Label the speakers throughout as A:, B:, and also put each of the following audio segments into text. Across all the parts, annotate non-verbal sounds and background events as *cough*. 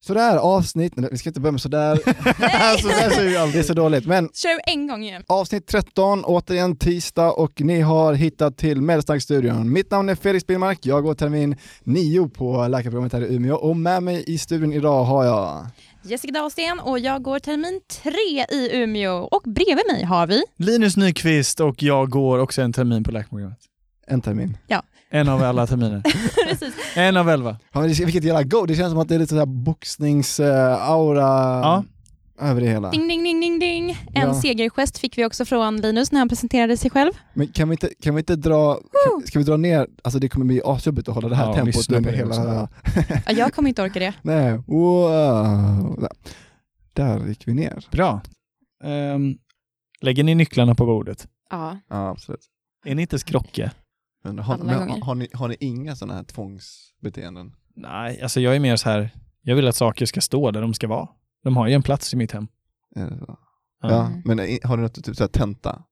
A: Sådär avsnitt, nej, vi ska inte börja med *laughs* sådär,
B: alltså, det ser ju
A: det är
B: alltid.
A: så dåligt. Men
C: Kör en gång igen.
A: avsnitt 13, återigen tisdag och ni har hittat till Medsnackstudion. Mitt namn är Felix Billmark, jag går termin 9 på läkarprogrammet här i Umeå och med mig i studion idag har jag
C: Jessica Dahlsten och jag går termin tre i Umeå och bredvid mig har vi
B: Linus Nyqvist och jag går också en termin på läkarprogrammet.
A: en termin.
B: En av alla *laughs* terminer.
C: *laughs* precis
B: En av elva.
A: Ja, men det- vilket jävla go, det känns som att det är lite sådär boxningsaura
B: Ja.
A: över det hela.
C: ding ding ding ding ding. En
A: Ja.
C: segergest fick vi också från Linus när han presenterade sig själv.
A: Men kan vi inte, kan vi inte dra, kan, ska vi dra ner, alltså det kommer bli asjobbigt att hålla det här
B: Ja,
A: tempot
B: lyssna på
A: under
B: det
A: hela...
B: också.
C: Ja, jag kommer inte orka det.
A: Nej, wow. Där gick vi ner.
B: Bra. Ehm, lägger ni nycklarna på bordet?
C: Ja.
A: Ja, absolut.
B: Är ni inte skrocke?
A: Men har,
C: Alla
A: men,
C: gånger.
A: har, ni, har ni inga sådana här tvångsbeteenden?
B: Nej, alltså jag är mer så här, jag vill att saker ska stå där de ska vara. De har ju en plats i mitt hem.
A: Är det så?
B: Ja.
A: Ja, men i- har du något typ såhär tenta?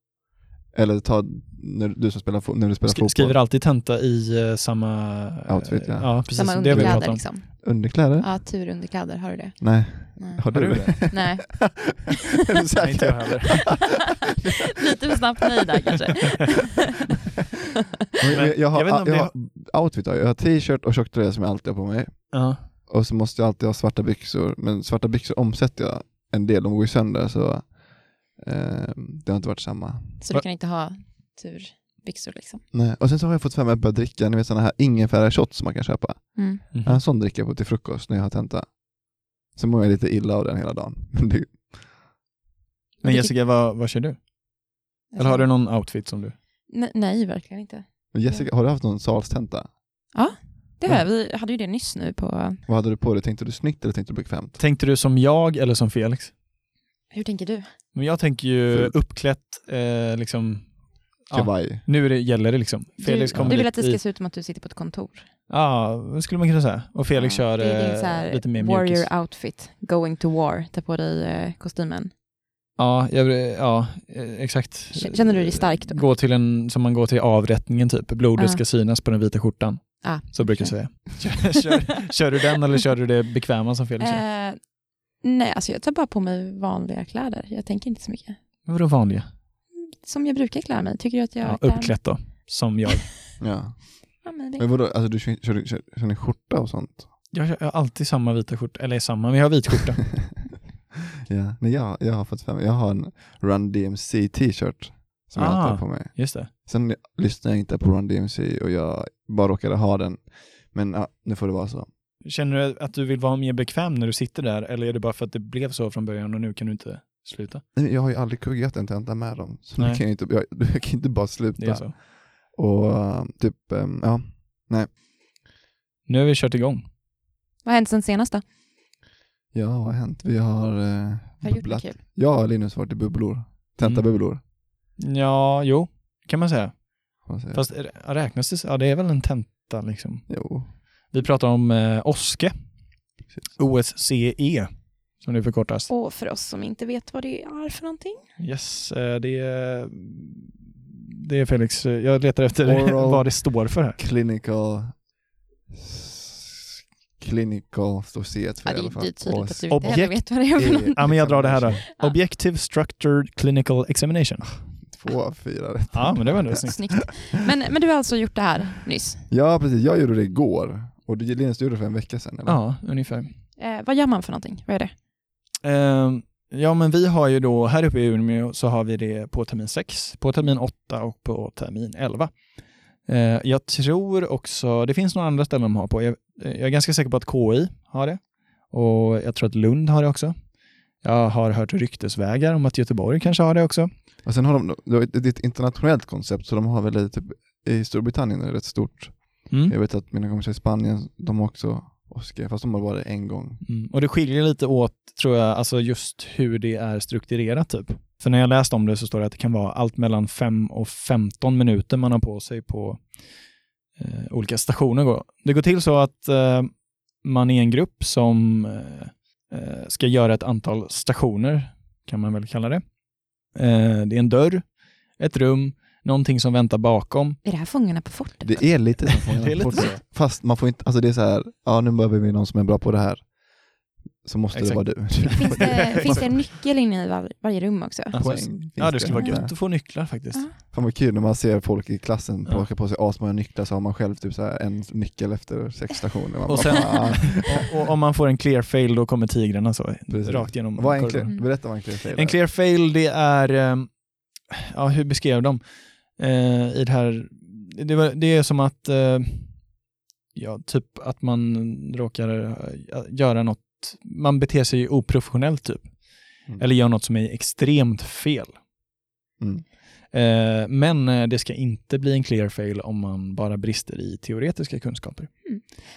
A: Eller ta, när du som spelar, fo- när du spelar
B: Sk-
A: fotboll,
B: skriver alltid tenta i eh, samma... eh,
A: Outfit, ja.
B: precis.
C: Samma
B: det vill
C: underkläder
B: jag prata om.
C: liksom.
A: underkläder?
C: Ja, turunderkläder. Har du det?
A: Nej,
C: Nej.
A: har du,
B: Har du
A: det?
C: Nej.
A: *laughs* Är du
B: Nej, inte jag
A: säker?
B: heller.
C: *laughs* Lite för snabbt nej
A: *laughs*
C: där kanske.
B: Men
A: Jag, jag, har,
B: jag vet inte
A: jag,
B: om det-
A: har outfit, har jag Jag har t-shirt och tjocktröja som jag alltid har på mig.
B: Ja.
A: Och så måste jag alltid ha svarta byxor, men svarta byxor omsätter jag en del, de går ju sönder så eh, det har inte varit samma.
C: *laughs* Så du kan inte ha turbyxor liksom.
A: Nej. Och sen så har jag fått för mig att börja dricka, ni vet sådana här ingefära shots som man kan köpa.
C: Mm.
B: Mhm.
A: Jag har en sån dricker jag på till frukost när jag har tenta. Så mår jag lite illa av den hela dagen. *laughs* Men det-
B: Men Jessica, vad, vad kör du? Eller har du någon outfit som du...
C: Nej, nej, verkligen inte.
A: Men Jessica, har du haft någon salstenta?
C: Det har jag. Vi hade ju det nyss nu på...
A: Vad hade du på dig? Tänkte du snyggt eller tänkte du bekvämt?
B: Tänkte du som jag eller som Felix?
C: Hur tänker du?
B: Men jag tänker ju
A: Fult.
B: uppklätt, eh, liksom, Ja.
A: Kavaj?
B: nu är det, gäller det liksom. Felix
C: du,
B: kommer
C: du vill
B: dit
C: att det ska
B: i-
C: se ut som att du sitter på ett kontor.
B: Ja, det skulle man kunna säga. Och Felix
C: Ja,
B: kör
C: det är din
B: eh,
C: så här
B: lite mer
C: warrior
B: mjukis.
C: outfit, going to war, ta på dig eh, kostymen.
B: Ja, jag, ja, eh, exakt.
C: K- Känner du dig stark då?
B: Gå till en, som man går till avrättningen typ. Blodet
C: Ja.
B: ska synas på den vita skjortan.
C: Ah,
B: Så brukar jag säga. *laughs* *laughs* Kör, kör, kör du den eller kör du det bekväma som Felix gör?
C: Eh, nej, alltså jag tar bara på mig vanliga kläder. Jag tänker inte så mycket.
B: Vadå vanliga?
C: Som jag brukar klä mig. Tycker du att jag
B: Ja,
C: klär mig-
B: uppklätt då, som jag.
A: Ja.
C: *laughs* Ja, maybe.
A: Men vadå, alltså du kör, kör, kör, kör ni skjorta och sånt?
B: Jag kör- jag har alltid samma vita skjorta, eller samma, men jag har vit
C: *laughs*
B: skjorta.
A: *laughs* ja. Nej, jag, jag har fått för mig, jag har en Run DMC t-shirt som jag
B: Ah.
A: alltid har på mig.
B: Just det.
A: Sen lyssnar jag inte på Run DMC och jag bara råkade ha den. Men ja, nu får det vara så.
B: Känner du att du vill vara mer bekväm när du sitter där eller är det bara för att det blev så från början och nu kan du inte sluta?
A: Nej, Jag har ju aldrig kuggat en tenta med dem. Så nu
B: Nej.
A: kan jag, inte, jag, *laughs* jag kan inte bara sluta.
B: Det är så.
A: Och eh, typ, ehm, ja.
B: Nu har vi kört igång.
C: Vad har hänt sen senast då?
A: Ja, vad har hänt? Vi har eh,
C: Har du gjort något kul?
A: Jag och Linus har varit i bubblor.
B: Mm.
A: Tentabubblor.
B: Ja, jo, kan man säga.
A: får man säga.
B: Fast är det- ja, räknas det? Ja, det är väl en tenta liksom.
A: Jo.
B: Vi pratar om eh, OSCE,
A: Precis.
B: OSCE, E, som det förkortas.
C: Och för oss som inte vet vad det är för någonting.
B: Oh. Yes, eh, det är, det är Felix. eh, Jag letar efter
A: Oral-
B: *laughs* vad det står för här.
A: Clinical... s- Clinical Society
C: Ja,
A: i
C: det
A: alla
C: är
A: fall.
C: ju tydligt att du
B: inte
C: inte heller
B: heller objekt
C: vet vad det är för
A: Och
C: någonting.
A: i-
B: Ja, men jag drar det här då.
C: Ja.
B: Objective Structured Clinical Examination.
A: Två av fyra rätt.
B: Ja, men det var ändå snyggt.
C: Snyggt. Men, men du har alltså gjort det här nyss.
A: Ja, precis. Jag gjorde det igår. Och du, Linus, du gjorde det för en vecka sedan, eller?
B: Ja, ungefär.
C: Eh, vad gör man för någonting? Vad är det?
B: Ehm, ja, men vi har ju då, här uppe i Umeå så har vi det på termin 6, på termin 8 och på termin 11. Ehm, jag tror också, det finns några andra ställen de har på, jag, jag är ganska säker på att KI har det och jag tror att Lund har det också. Jag har hört ryktesvägar om att Göteborg kanske har det också.
A: Och sen har de, det är ett- ett internationellt koncept, så de har väl lite, typ, i Storbritannien är det rätt stort. Jag
B: Mm.
A: vet att mina kompisar i Spanien, de har också Oscar, fast de har bara det en gång.
B: Mm. Och det skiljer lite åt, tror jag, alltså just hur det är strukturerat typ. För när jag läst om det så står det att det kan vara allt mellan 5 och 15 minuter man har på sig på eh, olika stationer. Går. Det går till så att eh, man är en grupp som eh, eh, ska göra ett antal stationer, kan man väl kalla det. Eh, det är en dörr, ett rum, någonting som väntar bakom.
C: Är det här Fångarna på fortet?
A: Det är lite
B: *laughs*
A: som Fångarna
B: Det är
A: på
B: lite
A: fortet.
B: så.
A: Fast man får inte, alltså det är så här, ja nu behöver vi någon som är bra på det här. Så måste
B: Exakt.
A: det vara du. *laughs*
C: Finns
B: *laughs*
C: det, finns det en nyckel inne i var, varje rum också?
B: Alltså,
A: Poäng finns
B: ja, det skulle vara
A: Ja.
B: gött att få nycklar faktiskt.
C: Ja.
A: Fan vad kul när man ser folk i klassen
B: Ja.
A: plocka på sig asmånga nycklar så har man själv typ så här en nyckel efter sex stationer. Man
B: Och
A: bara, "Ah, "Fan."
B: sen- *laughs* Och, och om man får en clear fail då kommer tigrarna så
A: Precis.
B: *laughs* rakt genom
A: vad är en
B: korridoren.
A: clear, berätta vad en clear fail
B: En clear fail det är, ehm, ja hur beskrev de? Eh, I det här, det, var, det är som att, eh, ja typ att man råkar eh, göra något, man beter sig oprofessionellt typ.
A: Mm.
B: Eller gör något som är extremt fel.
A: Mm.
B: Eh, Men eh, det ska inte bli en clear fail om man bara brister i teoretiska kunskaper.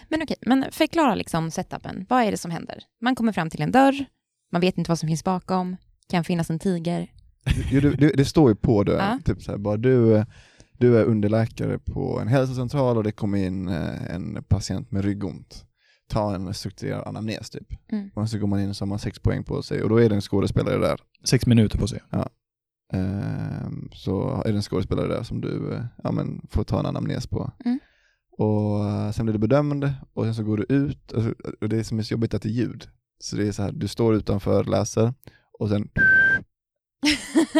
C: Men okej, men förklara liksom setupen. Vad är det som händer? Man kommer fram till en dörr, man vet inte vad som finns bakom, kan finnas en tiger.
A: Jo, du, du, det står ju på dörren,
C: Ja.
A: typ så här, bara du, eh, du är underläkare på en hälsocentral och det kommer in eh, en patient med ryggont. Ta en strukturerad anamnes typ.
C: Mm.
A: Och så går man in och så har man sex poäng på sig och då är det en skådespelare där
B: Sex minuter på sig.
A: Ehm, så är det en skådespelare där som du eh, ja, men får ta en anamnes på.
C: Mm.
A: Och eh, sen blir du bedömd och sen så går du ut och, så- och det som är så jobbigt är att det är ljud. Så det är så här, du står utanför, läser och sen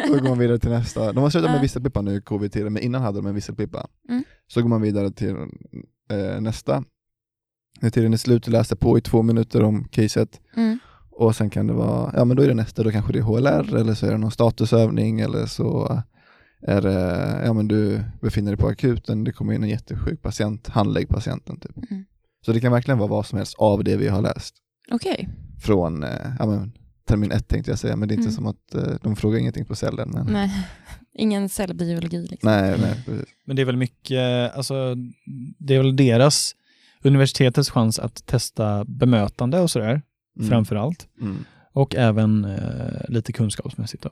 A: då går man vidare till nästa. De har slutat med
C: Ja.
A: visselpipa nu i covid-tiden, men innan hade de en visselpipa.
C: Mm.
A: Så går man vidare till eh, nästa. När tiden är slut, du läser på i två minuter om caset
C: *laughs* Mm.
A: och sen kan det vara, ja men då är det nästa, då kanske det är HLR eller så är det någon statusövning eller så är det, ja men du befinner dig på akuten, det kommer in en jättesjuk patient, handlägg patienten typ.
C: Mm.
A: Så det kan verkligen vara vad som helst av det vi har läst
C: Okej.
A: från, eh, ja men termin ett tänkte jag säga, men det är inte
C: Mm.
A: som att eh, de frågar ingenting på cellen. Men,
C: Nej. *laughs* Ingen cellbiologi liksom.
A: nej, nej, precis.
B: Men det är väl mycket, alltså, det är väl deras, universitetets chans att testa bemötande och sådär,
A: Mm.
B: framför allt.
A: Mm.
B: Och även eh, lite kunskapsmässigt. Då.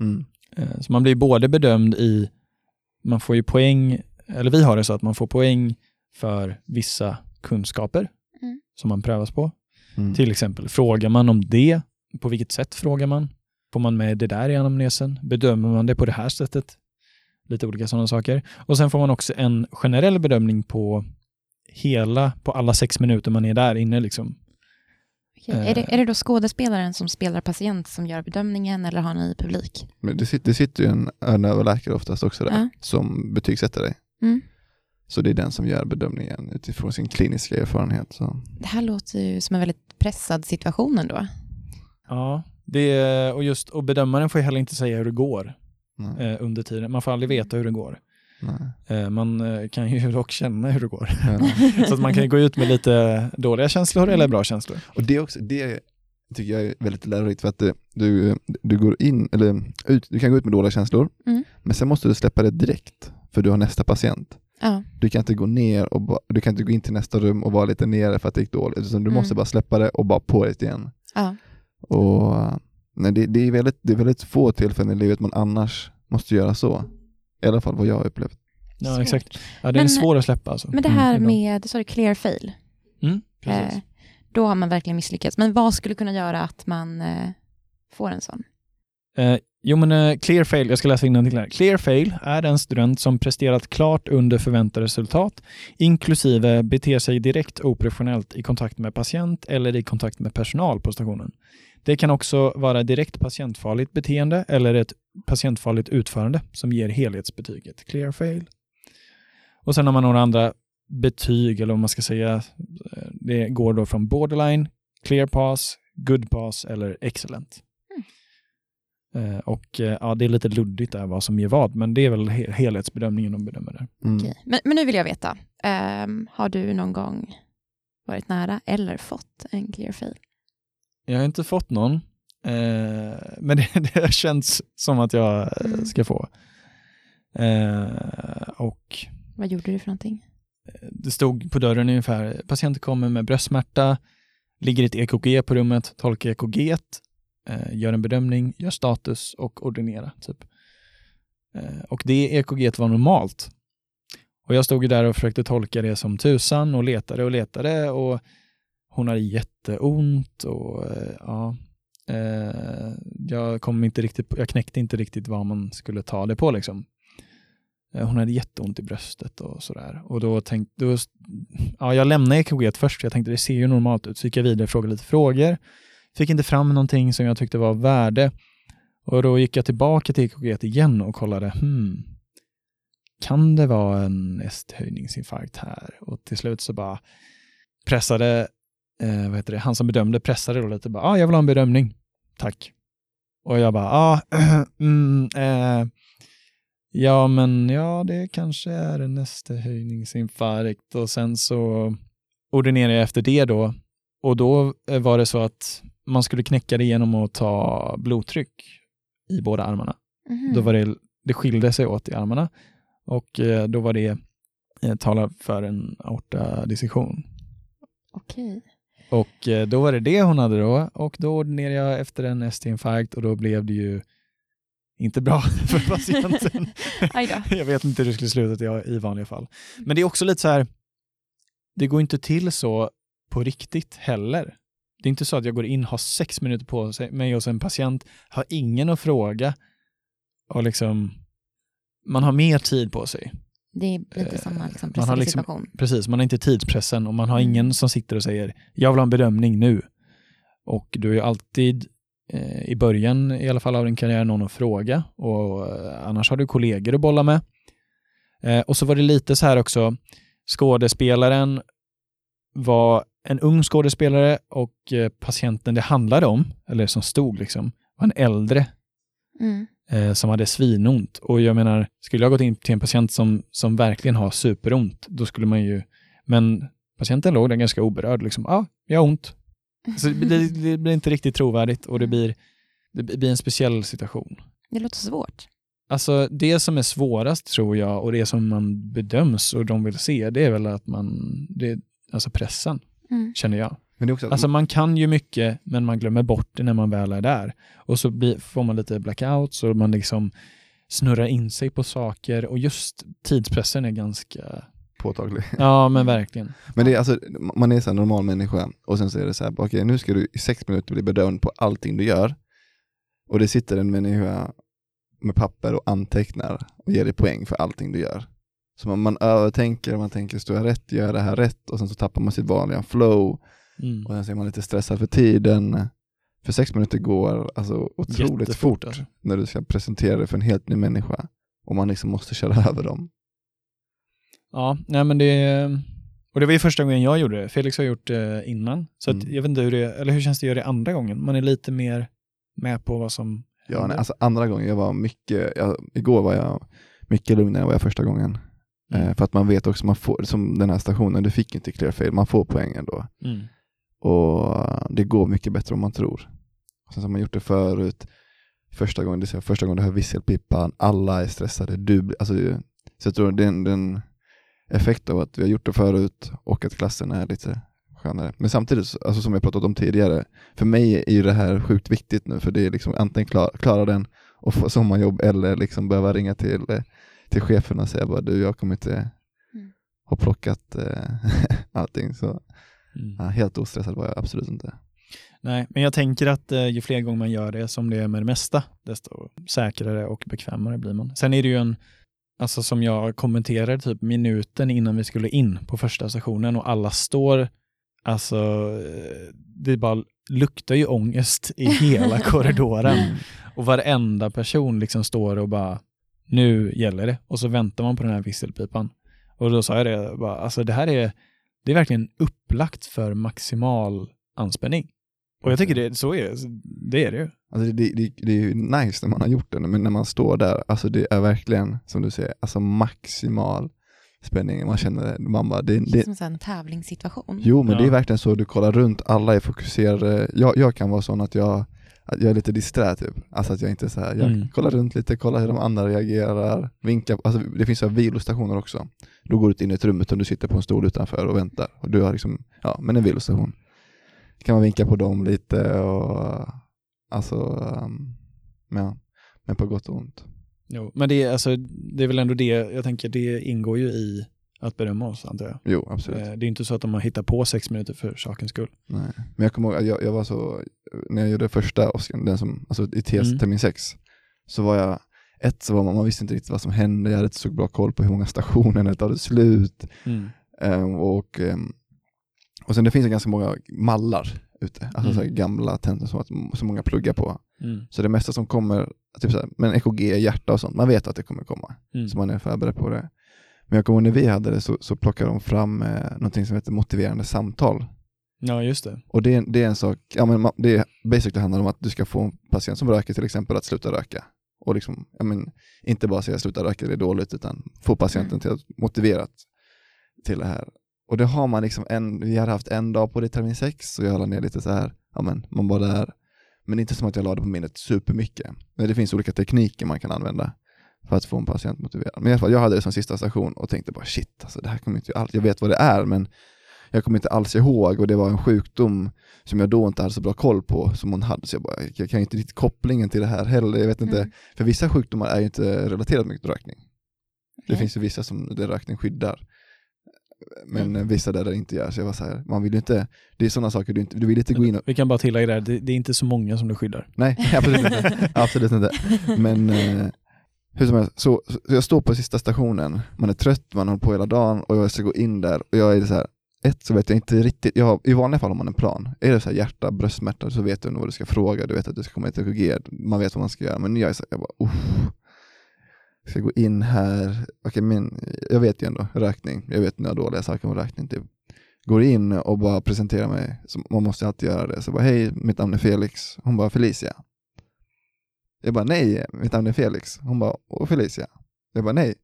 A: Mm.
B: Eh, så man blir både bedömd i, man får ju poäng, eller vi har det så att man får poäng för vissa kunskaper
C: Mm.
B: som man prövas på.
A: Mm.
B: Till exempel, frågar man om det, på vilket sätt frågar man? Får man med det där i anamnesen? Bedömer man det på det här sättet? Lite olika sådana saker. Och sen får man också en generell bedömning på hela, på alla sex minuter man är där inne. Liksom.
C: Okej. Är,
B: Eh.
C: det, är det då skådespelaren som spelar patient som gör bedömningen eller har ni publik?
A: Men det, sit- det sitter ju en, en överläkare oftast också där
C: Ja.
A: som betygsätter dig.
C: Mm.
A: Så det är den som gör bedömningen utifrån sin kliniska erfarenhet. Så.
C: Det här låter ju som en väldigt pressad situation ändå.
B: Ja, det, är- och, just, och bedömaren får ju heller inte säga hur det går
A: Nej,
B: eh, under tiden. Man får aldrig veta hur det går.
A: nej.
B: Eh, man eh, kan ju *laughs* dock känna hur det
C: *laughs*
B: går.
A: Ja.
B: Så att man kan ju gå ut med lite dåliga känslor eller bra känslor.
A: Och det, är också, det tycker jag är väldigt lärorikt för att eh, du, du går in, eller ut, du kan gå ut med dåliga känslor,
C: Mm.
A: men sen måste du släppa det direkt för du har nästa patient.
C: Ja.
A: Du kan inte gå ner och ba, du kan inte gå in till nästa rum och vara lite nere för att det gick dåligt, utan du
C: Mm.
A: måste bara släppa det och bara på det igen.
C: ja.
A: Och, eh, nej, det, det, är väldigt, det är väldigt få tillfällen i livet man annars måste göra så. I alla fall vad jag har upplevt.
B: Ja,
C: Svårt.
B: exakt. Ja, den är
C: Men-
B: svår att släppa alltså.
C: Men det här
B: Mm.
C: med, sa du clear fail?
B: Mm, precis.
C: Eh, då har man verkligen misslyckats. Men vad skulle kunna göra att man eh, får en sån?
B: Eh, jo men eh, clear fail, jag ska läsa innantill här. Clear fail är en student som presterat klart under förväntat resultat, inklusive beter sig direkt oprofessionellt i kontakt med patient eller i kontakt med personal på stationen. Det kan också vara direkt patientfarligt beteende eller ett patientfarligt utförande som ger helhetsbetyget clear fail. Och sen har man några andra betyg, eller vad man ska säga. Eh, Det går då från borderline, clear pass, good pass eller excellent. Eh, Och eh, ja, det är lite luddigt där vad som ger vad, men det är väl he- helhetsbedömningen de bedömer där.
A: Mm.
C: Okej. Men, men nu vill jag veta, ehm, har du någon gång varit nära eller fått en clear fail?
B: Jag har inte fått någon, eh, men det, *laughs* det har känts som att jag eh,
C: Mm.
B: ska få. Eh, Och
C: Vad gjorde du för någonting?
B: det stod på dörren ungefär, patient kommer med bröstsmärta, ligger ett EKG på rummet, tolka EKG, eh, gör en bedömning, gör status och ordinera. Typ. Eh, och det EKG var normalt. Och jag stod ju där och försökte tolka det som tusan och letade och letade och hon hade jätteont och eh, ja, eh, jag, kom inte riktigt, på- jag knäckte inte riktigt vad man skulle ta det på liksom. Eh, Hon hade jätteont i bröstet och sådär. Och då tänkte, då, ja, jag lämnade EKG först, för jag tänkte det ser ju normalt ut. Så gick jag vidare och frågade lite frågor. Fick inte fram någonting som jag tyckte var av värde. Och då gick jag tillbaka till EKG igen och kollade, hmm, kan det vara en ST-höjningsinfarkt här? Och till slut så bara pressade, eh, vad heter det, han som bedömde pressade då lite, bara, ah, jag vill ha en bedömning, tack. Och jag bara, ah, *clears throat* mm, eh, ja men ja, det kanske är en ST-höjningsinfarkt. Och sen så ordinerade jag efter det då. Och då eh, var det så att man skulle knäcka det genom att ta blodtryck i båda armarna.
C: Mhm.
B: Då var det, det skilde sig åt i armarna och eh, då var det eh, tala för en aortadissektion.
C: Okej.
B: Och eh, då var det det hon hade då och då ordinerade jag efter en ST-infarkt och då blev det ju inte bra *laughs* för *laughs* patienten.
C: *laughs* Aj då.
B: *laughs* jag vet inte hur det skulle sluta jag- i vanliga fall. Men det är också lite så här, det går inte till så på riktigt heller. Det är inte så att jag går in, har sex minuter på sig- mig hos en patient, har ingen att fråga och liksom, man har mer tid på sig.
C: Det är lite
B: Eh,
C: samma liksom,
B: man har
C: pressade
B: liksom-
C: situation.
B: Precis, man har inte tidspressen och man har ingen som sitter och säger jag vill ha en bedömning nu. Och du är ju alltid eh, i början i alla fall av din karriär någon att fråga och eh, annars har du kollegor att bolla med. Eh, och så var det lite så här också, skådespelaren var en ung skådespelare och eh, patienten det handlade om, eller som stod liksom, var en äldre
C: Mm.
B: eh, som hade svinont. Och jag menar, skulle jag gått in till en patient som, som verkligen har superont, då skulle man ju... Men patienten låg där ganska oberörd, liksom, ja, ah, jag har ont. Så det, blir- det blir inte riktigt trovärdigt och det blir, det blir en speciell situation.
C: *laughs* Det låter svårt.
B: Alltså det som är svårast tror jag och det som man bedöms och de vill se, det är väl att man, det, alltså pressen,
C: Mm.
B: känner jag.
A: Men det är också att
B: Alltså man kan ju mycket, men man glömmer bort det när man väl är där. Och så blir, får man lite blackouts och man liksom snurrar in sig på saker och just tidspressen är ganska...
A: påtaglig.
B: Ja, men verkligen.
A: Men det är alltså, man är så här normal människa och sen så är det så här, okej nu ska du i sex minuter bli bedömd på allting du gör. Och det sitter en människa med papper och antecknar och ger dig poäng för allting du gör. Så man, man övertänker, man tänker, står jag rätt, gör jag det här rätt? Och sen så tappar man sitt vanliga flow
B: Mm.
A: och sen så är man lite stressad för tiden. För sex minuter går alltså otroligt
B: Jättefort,
A: fort
B: alltså.
A: när du ska presentera dig för en helt ny människa och man liksom måste köra *laughs* över dem.
B: Ja, nej men det... Och det var ju första gången jag gjorde det. Felix har gjort det innan. Så att,
A: Mm.
B: jag vet inte hur det, eller hur känns det att göra det andra gången? Man är lite mer med på vad som
A: Ja,
B: händer.
A: nej, alltså andra gången, jag var mycket, jag, igår var jag mycket lugnare än vad jag första gången.
B: Mm.
A: Eh, för att man vet också, man får, som den här stationen, du fick inte clear fail, man får poängen då.
B: Mm.
A: Och det går mycket bättre om man tror. Och sen så har man gjort det förut, första gången, det är så här, första gången du hör visselpipan, alla är stressade, du blir- alltså, det- Så jag tror den, den effekt av att vi har gjort det förut och att klassen är lite skönare. Men samtidigt, så- alltså som jag pratat om tidigare, för mig är ju det här sjukt viktigt nu för det är liksom antingen klar, klara den och få sommarjobb eller liksom behöva ringa till, eh, till cheferna och säga bara du, jag kommer inte
C: Mm.
A: ha plockat eh, *laughs* allting. Så.
B: Mm.
A: Ja, helt ostressad var jag absolut inte.
B: Nej, men jag tänker att eh, ju fler gånger man gör det som det är med det mesta, desto säkrare och bekvämare blir man. Sen är det ju en, alltså som jag kommenterade typ minuten innan vi skulle in på första stationen och alla står, alltså eh, det bara luktar ju ångest i hela korridoren
A: Mm.
B: och varenda person liksom står och bara nu gäller det och så väntar man på den här visselpipan. Och då sa jag det, bara, alltså det här är, det är verkligen upplagt för maximal anspänning. Och jag tycker det, så är det. Det är det ju.
A: Alltså det, det, det är ju nice när man har gjort det, men när man står där, alltså det är verkligen, som du säger, alltså maximal spänning. Man känner, man bara, det,
C: Det är
A: det,
C: som en sån här tävlingssituation.
A: jo men det är
B: Ja.
A: verkligen så, du kollar runt, alla är fokuserade. Jag, jag kan vara sån att jag, att jag är lite disträ typ. Alltså att jag inte så här, jag
B: Mm.
A: kollar runt lite, kollar hur de andra reagerar, vinkar. Alltså det finns så här vilostationer också. Då går du inte in i ett rum utan du sitter på en stol utanför och väntar. Och du har liksom, ja men en vilostation. Kan man vinka på dem lite och alltså, um, men ja. Men på gott och ont.
B: Jo. Men det är, alltså, det är väl ändå det, jag tänker det ingår ju i att berömma oss antar jag.
A: Jo, absolut.
B: Eh, Det är inte så att de har hittat på sex minuter för sakens skull.
A: Nej. Men jag kommer ihåg att jag, jag var så, när jag gjorde första Oscar, den som, alltså i TS
B: Mm.
A: termin 6, så var jag ett så var man, man visste inte riktigt vad som hände, jag hade inte så bra koll på hur många stationer det tar slut.
B: Mm.
A: Ehm, och, ehm, och sen det finns ju ganska många mallar ute, alltså
B: Mm.
A: så här gamla tentor som, att- som många pluggar på.
B: Mm.
A: Så det mesta som kommer, typ så här, men EKG, hjärta och sånt, man vet att det kommer komma.
B: Mm.
A: Så man är förberedd på det. Men jag kommer ihåg när vi hade det så, så plockade de fram eh, någonting som heter motiverande samtal.
B: Ja, just det.
A: Och det, är- det är en sak, ja, men ma- det är- basically handlar om att du ska få en patient som röker till exempel att sluta röka. Och liksom, ja, men, inte bara säga sluta röka, det är dåligt, utan få patienten
C: Mm.
A: till att motiverat till det här. Och det har man liksom en, vi hade haft en dag på det termin sex, så jag la ner lite så här, ja men man var där. Men inte som att jag la det på minnet supermycket. Men det finns olika tekniker man kan använda för att få en patient motiverad. Men i alla fall, jag hade det som sista station och tänkte bara shit, alltså det här kommer inte alls, jag vet vad det är, men jag kommer inte alls ihåg och det var en sjukdom som jag då inte hade så bra koll på som hon hade, så jag bara, jag kan inte riktigt kopplingen till det här heller, jag vet inte,
C: Mm.
A: för vissa sjukdomar är ju inte relaterade med rökning. Det
C: Okej.
A: finns ju vissa som där rökning skyddar. Men
B: Mm.
A: eh, vissa där det inte gör, så jag var så här, man vill ju inte, det är sådana saker du inte, du vill inte gå in och,
B: Vi kan bara tillägga det här, det, det är inte så många som du skyddar.
A: nej *laughs* absolut inte, absolut inte. Men eh, hur som helst, så, så jag står på sista stationen, man är trött, man har hållit på hela dagen och jag ska gå in där och jag är så här, ett så vet jag inte riktigt, jag har, i vanliga fall har man en plan. Är det så här hjärta, bröstsmärta så vet du nog vad du ska fråga, du vet att du ska komma till EKG, man vet vad man ska göra. Men jag är så här, jag bara, uff. Ska jag gå in här, okej min, jag vet ju ändå rökning, jag vet några dåliga saker om rökning typ. Går in och bara presenterar mig, så man måste alltid göra det. Så jag bara, hej mitt namn är Felix, hon bara Felicia. Jag bara nej, mitt namn är Felix. Hon bara, och Felicia. Jag bara nej,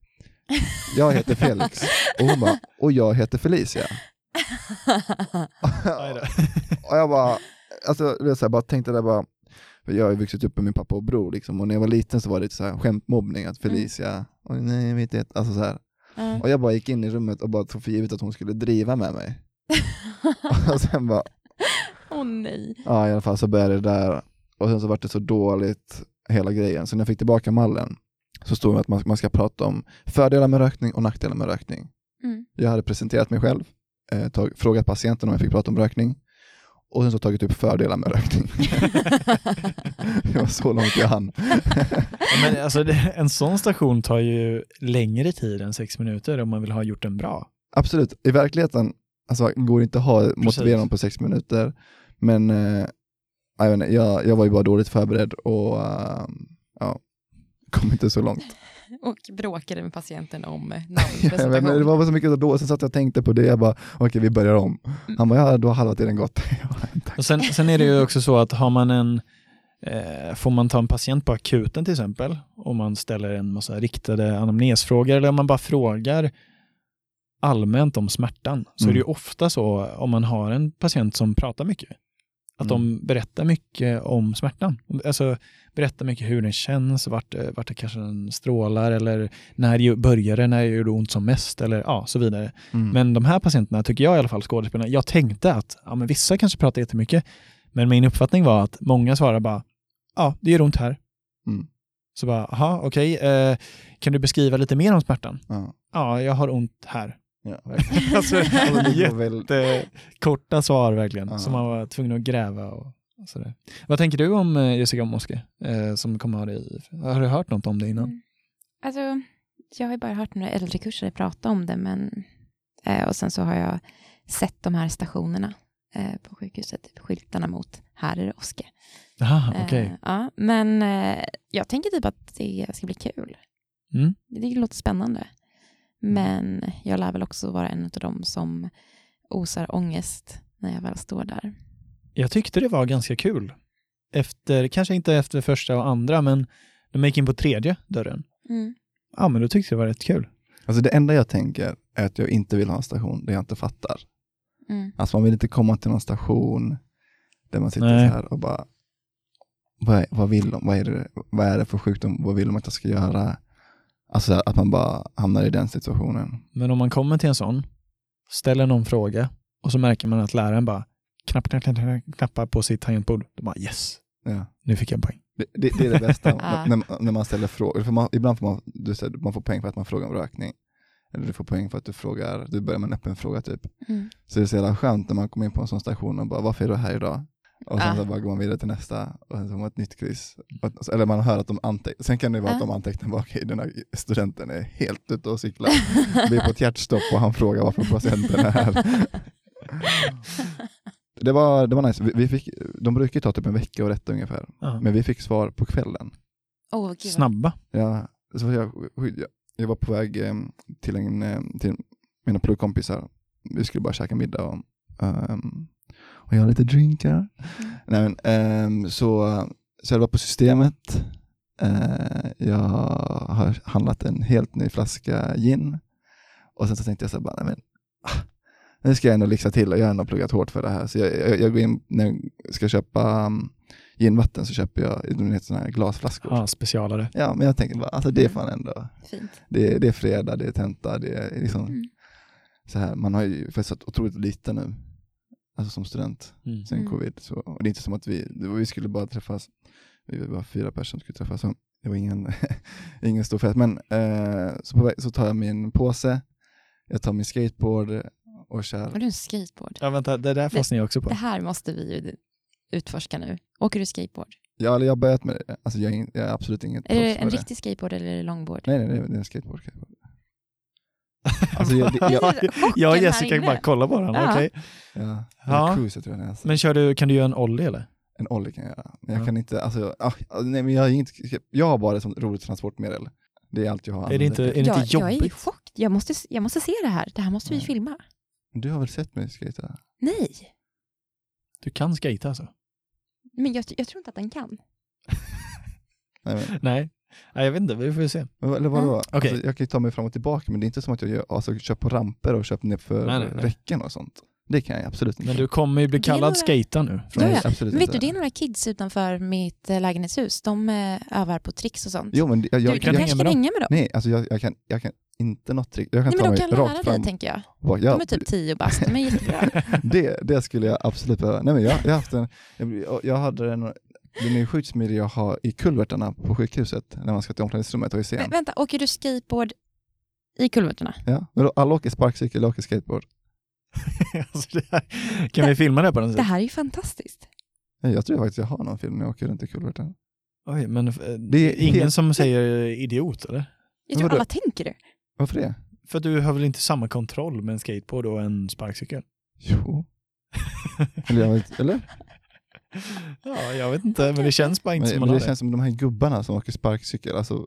A: jag heter Felix. Och hon bara, och jag heter Felicia. *laughs* och jag bara, alltså du vet, så här, bara tänkte där bara, för jag har ju vuxit upp med min pappa och bror liksom, och när jag var liten så var det lite så här skämtmobbning, att Felicia, och nej jag vet inte, alltså så här.
C: Ja.
A: Och jag bara gick in i rummet och bara tog för givet att hon skulle driva med mig. och sen bara,
C: Åh nej.
A: Ja, i alla fall så började det där. Och sen så vart det så dåligt, hela grejen. Så när jag fick tillbaka mallen så stod det att man, man ska prata om fördelar med rökning och nackdelar med rökning.
B: *laughs*
C: Mm.
A: Jag hade presenterat mig själv, eh, tag, frågat patienten om jag fick prata om rökning och sen så tagit upp fördelar med rökning. det var så långt jag
C: *laughs*
B: *laughs*
A: hann.
B: Men alltså, det, en sån station tar ju längre tid än sex minuter om man vill ha gjort den bra.
A: Absolut, i verkligheten alltså, går det inte att ha motiverande
B: Precis.
A: på sex minuter, men eh, jag, vet inte, jag, jag var ju bara dåligt förberedd och eh, ja, kom inte så långt.
C: Och bråkade med patienten om eh,
A: *laughs* Ja, men det
C: namnpresentation.
A: var bara så mycket så då, sen satt jag och tänkte på det, jag bara okej vi börjar om. Han bara ja, då har halva tiden gått. *laughs* Jag bara, "Tack."
B: Och sen, sen är det ju också så att har man en, eh, får man ta en patient på akuten till exempel, och man ställer en massa riktade anamnesfrågor, eller om man bara frågar allmänt om smärtan, så
A: Mm.
B: är det ju ofta så om man har en patient som pratar mycket, att de berättar mycket om smärtan. Alltså berättar mycket hur den känns, vart, eh, vart det kanske den strålar, eller när det börjar det, när det gör ont som mest, eller ja, så vidare.
A: Mm.
B: Men de här patienterna, tycker jag i alla fall, skådespelarna, jag tänkte att ja, men vissa kanske pratar jättemycket, men min uppfattning var att många svarar bara ja, det gör ont här.
A: Mm.
B: Så bara, aha, okej, eh, kan du beskriva lite mer om smärtan?
A: Ja,
B: Ja, jag har ont
A: *laughs*
B: här.
A: ja, verkligen.
B: alltså,
A: Det går väl-
B: jättekorta svar verkligen,
A: Ja.
B: som man var tvungen att gräva och och sådär. Vad tänker du om eh, Jessica Moske, eh, som kommer ha dig i? Har du hört något om det innan?
C: Mm. Alltså, jag har ju bara hört några äldre kursare prata om det, men eh, och sen så har jag sett de här stationerna eh, på sjukhuset, typ skyltarna mot här är det åska.
B: Aha,
A: Ah,
B: okej.
C: Eh, ja, men eh, jag tänker typ att det ska bli kul.
B: Mm.
C: Det låter spännande.
A: Mm.
C: Men jag lär väl också vara en av dem som osar ångest när jag väl står där.
B: Jag tyckte det var ganska kul. Efter, kanske inte efter första och andra, men när man gick in på tredje dörren,
C: Mm.
B: ja men då tyckte jag det var rätt kul.
A: Alltså det enda jag tänker är att jag inte vill ha en station där jag inte fattar.
C: Mm.
A: Alltså man vill inte komma till någon station där man sitter
B: Nej.
A: så här och bara, vad, är- vad vill de, vad är, det, vad är det för sjukdom, vad vill de att jag ska göra? Alltså så här, att man bara hamnar i den situationen.
B: Men om man kommer till en sån, ställer någon fråga och så märker man att läraren bara knapp, knapp, knapp, knapp, knappar på sitt tangentbord. Då bara yes,
A: Ja.
B: nu fick jag en poäng.
A: Det, det, det är det bästa,
C: Ja.
A: när, när man ställer frågor. För man, ibland får man, du, säger, man får poäng för att man frågar om rökning. Eller du får poäng för att du frågar, du börjar med en öppen fråga typ.
C: Mm.
A: Så det är så jävla skönt när man kommer in på en sån station och bara, varför är du här idag? Och sen
C: Ja.
A: så bara går man vidare till nästa och sen så har man ett nytt kryss. Och- Eller man hör att de antecknar, sen kan det vara att
C: Ja.
A: de antecknar bak i den här studenten är helt ute och cyklar. Vi är på ett hjärtstopp och han frågar varför procenten är här. Det var, det var nice, vi, vi fick, de brukar ju ta typ en vecka och rätta ungefär,
B: Ja.
A: men vi fick svar på kvällen.
C: *laughs* Åh, gud.
B: Snabba.
A: Ja, så var jag, jag, jag var på väg eh, till, en, eh, till mina pluggkompisar. Vi skulle bara käka middag och, ehm, och jag har lite drinkar.
C: Mm,
A: Nej, men, ehm, så, så jag var på systemet. Eh, jag har handlat en helt ny flaska gin. Och sen så tänkte jag så här bara, nej men ah, nu ska jag ändå lyxa till och jag har ändå pluggat hårt för det här. Så jag, jag, jag går in, när jag ska köpa um, ginvatten så köper jag du vet, såna här glasflaskor.
B: Ja, specialare.
A: Ja, men jag tänker bara, alltså det är fan ändå,
C: Fint.
A: det är, det är fredag, det är tenta, det är liksom
C: Mm.
A: så här. Man har ju festat otroligt lite nu, alltså som student, sen
C: Mm.
A: covid. Så, och det är inte som att vi, det var, vi skulle bara träffas, vi var bara fyra personer som skulle träffas, så det var ingen, *laughs* ingen stor fest. Men eh, så, på, väg- så tar jag min påse, jag tar min skateboard och
C: Har
A: kör.
C: du en skateboard?
B: Ja, vänta, det där fastnar jag också
C: Det
B: på.
C: här måste vi ju utforska nu. Åker du skateboard?
A: Ja, eller jag har börjat med det, alltså jag är, in, jag är absolut inget
C: Är det
A: proffs på
C: en riktig skateboard eller är det långboard?
A: Nej, nej, nej, det är en skateboard. skateboard.
C: *laughs*
A: Alltså, jag, det, jag,
C: Chocken
B: Jag och
C: här
B: Jessica
C: inne.
B: bara kollar på varandra.
C: Ja.
B: okej.
A: ja,
B: Ja.
A: ja. Cruise, tror jag den är, alltså.
B: Men kör du, kan du göra en ollie eller?
A: En ollie kan jag göra. Men jag
B: Ja.
A: kan inte, alltså, jag- ah, ah, nej, men jag, har inget, jag har bara det som roligt transportmedel. Det är allt jag har
B: Är det
A: använt.
B: inte, är det
C: jag,
B: inte
C: jag är i
B: jobbigt?
C: chock. Jag måste, jag måste se det här. Det här måste vi
A: Nej.
C: filma.
A: Du har väl sett mig skejta?
C: Nej,
B: Du kan
C: *laughs*
B: skejta alltså?
C: men jag, jag tror inte att den kan.
A: Nej, men,
B: Nej. Nej, jag vet inte. Vi får se.
A: men, vad- eller vadå?
C: Mm.
B: Okej.
A: Alltså, jag kan ju ta mig fram och tillbaka, men det är inte som att jag gör, alltså, kör på ramper och köper ner för
B: Nej, nej, nej.
A: räcken och sånt. Det kan jag absolut inte.
B: Men du kommer ju bli
C: Det är
B: kallad
C: några-
B: skejta nu.
C: Ja, ja.
A: absolut
C: Men vet
A: inte.
C: du, det är några kids utanför mitt eh, lägenhetshus. De eh, övar på tricks och sånt.
A: Jo, men det- jag,
C: du
A: jag,
C: du
B: kan
A: jag,
C: kanske
B: hänga med
C: kan
B: dem.
C: hänga med dem?
A: nej, alltså, jag, jag, kan, jag kan inte något trick. Jag kan
C: Nej,
A: ta
C: men de
A: mig
C: kan lära
A: rakt
C: dig,
A: fram.
C: tänker jag.
A: och bak.
C: De
A: Ja,
C: är typ tio bast. De är jättebra.
A: *laughs*
C: *laughs*
A: det, det skulle jag absolut behöva. Nej, men jag, jag har haft en, jag, jag hade en, den är sjukt smidig jag har i kulvertarna på sjukhuset när man ska till omklädningsrummet och i scen.
C: *laughs* Men, vänta, åker du skateboard i kulverterna?
A: Ja, men då, alla åker sparkcykel, jag åker skateboard.
B: *laughs* alltså, det här, kan vi filma det på något
C: Det
B: sätt?
C: här är ju fantastiskt.
A: Nej, Jag tror faktiskt jag har någon film när jag åker runt i kulverten.
B: Oj, men eh,
A: Det är
B: ingen
A: helt-
B: som säger idiot eller?
C: Jag
A: Men
C: tror
A: vadå?
C: alla tänker det. *laughs*
A: Varför det?
B: För du har väl inte samma kontroll med en skateboard och
C: *laughs*
B: en sparkcykel?
A: Jo. eller, jag vet, eller?
B: Ja, jag vet inte, men det känns bara inte
A: Men,
B: som
A: men
B: man har
A: det
B: det.
A: känns som de här gubbarna som åker sparkcykel, alltså,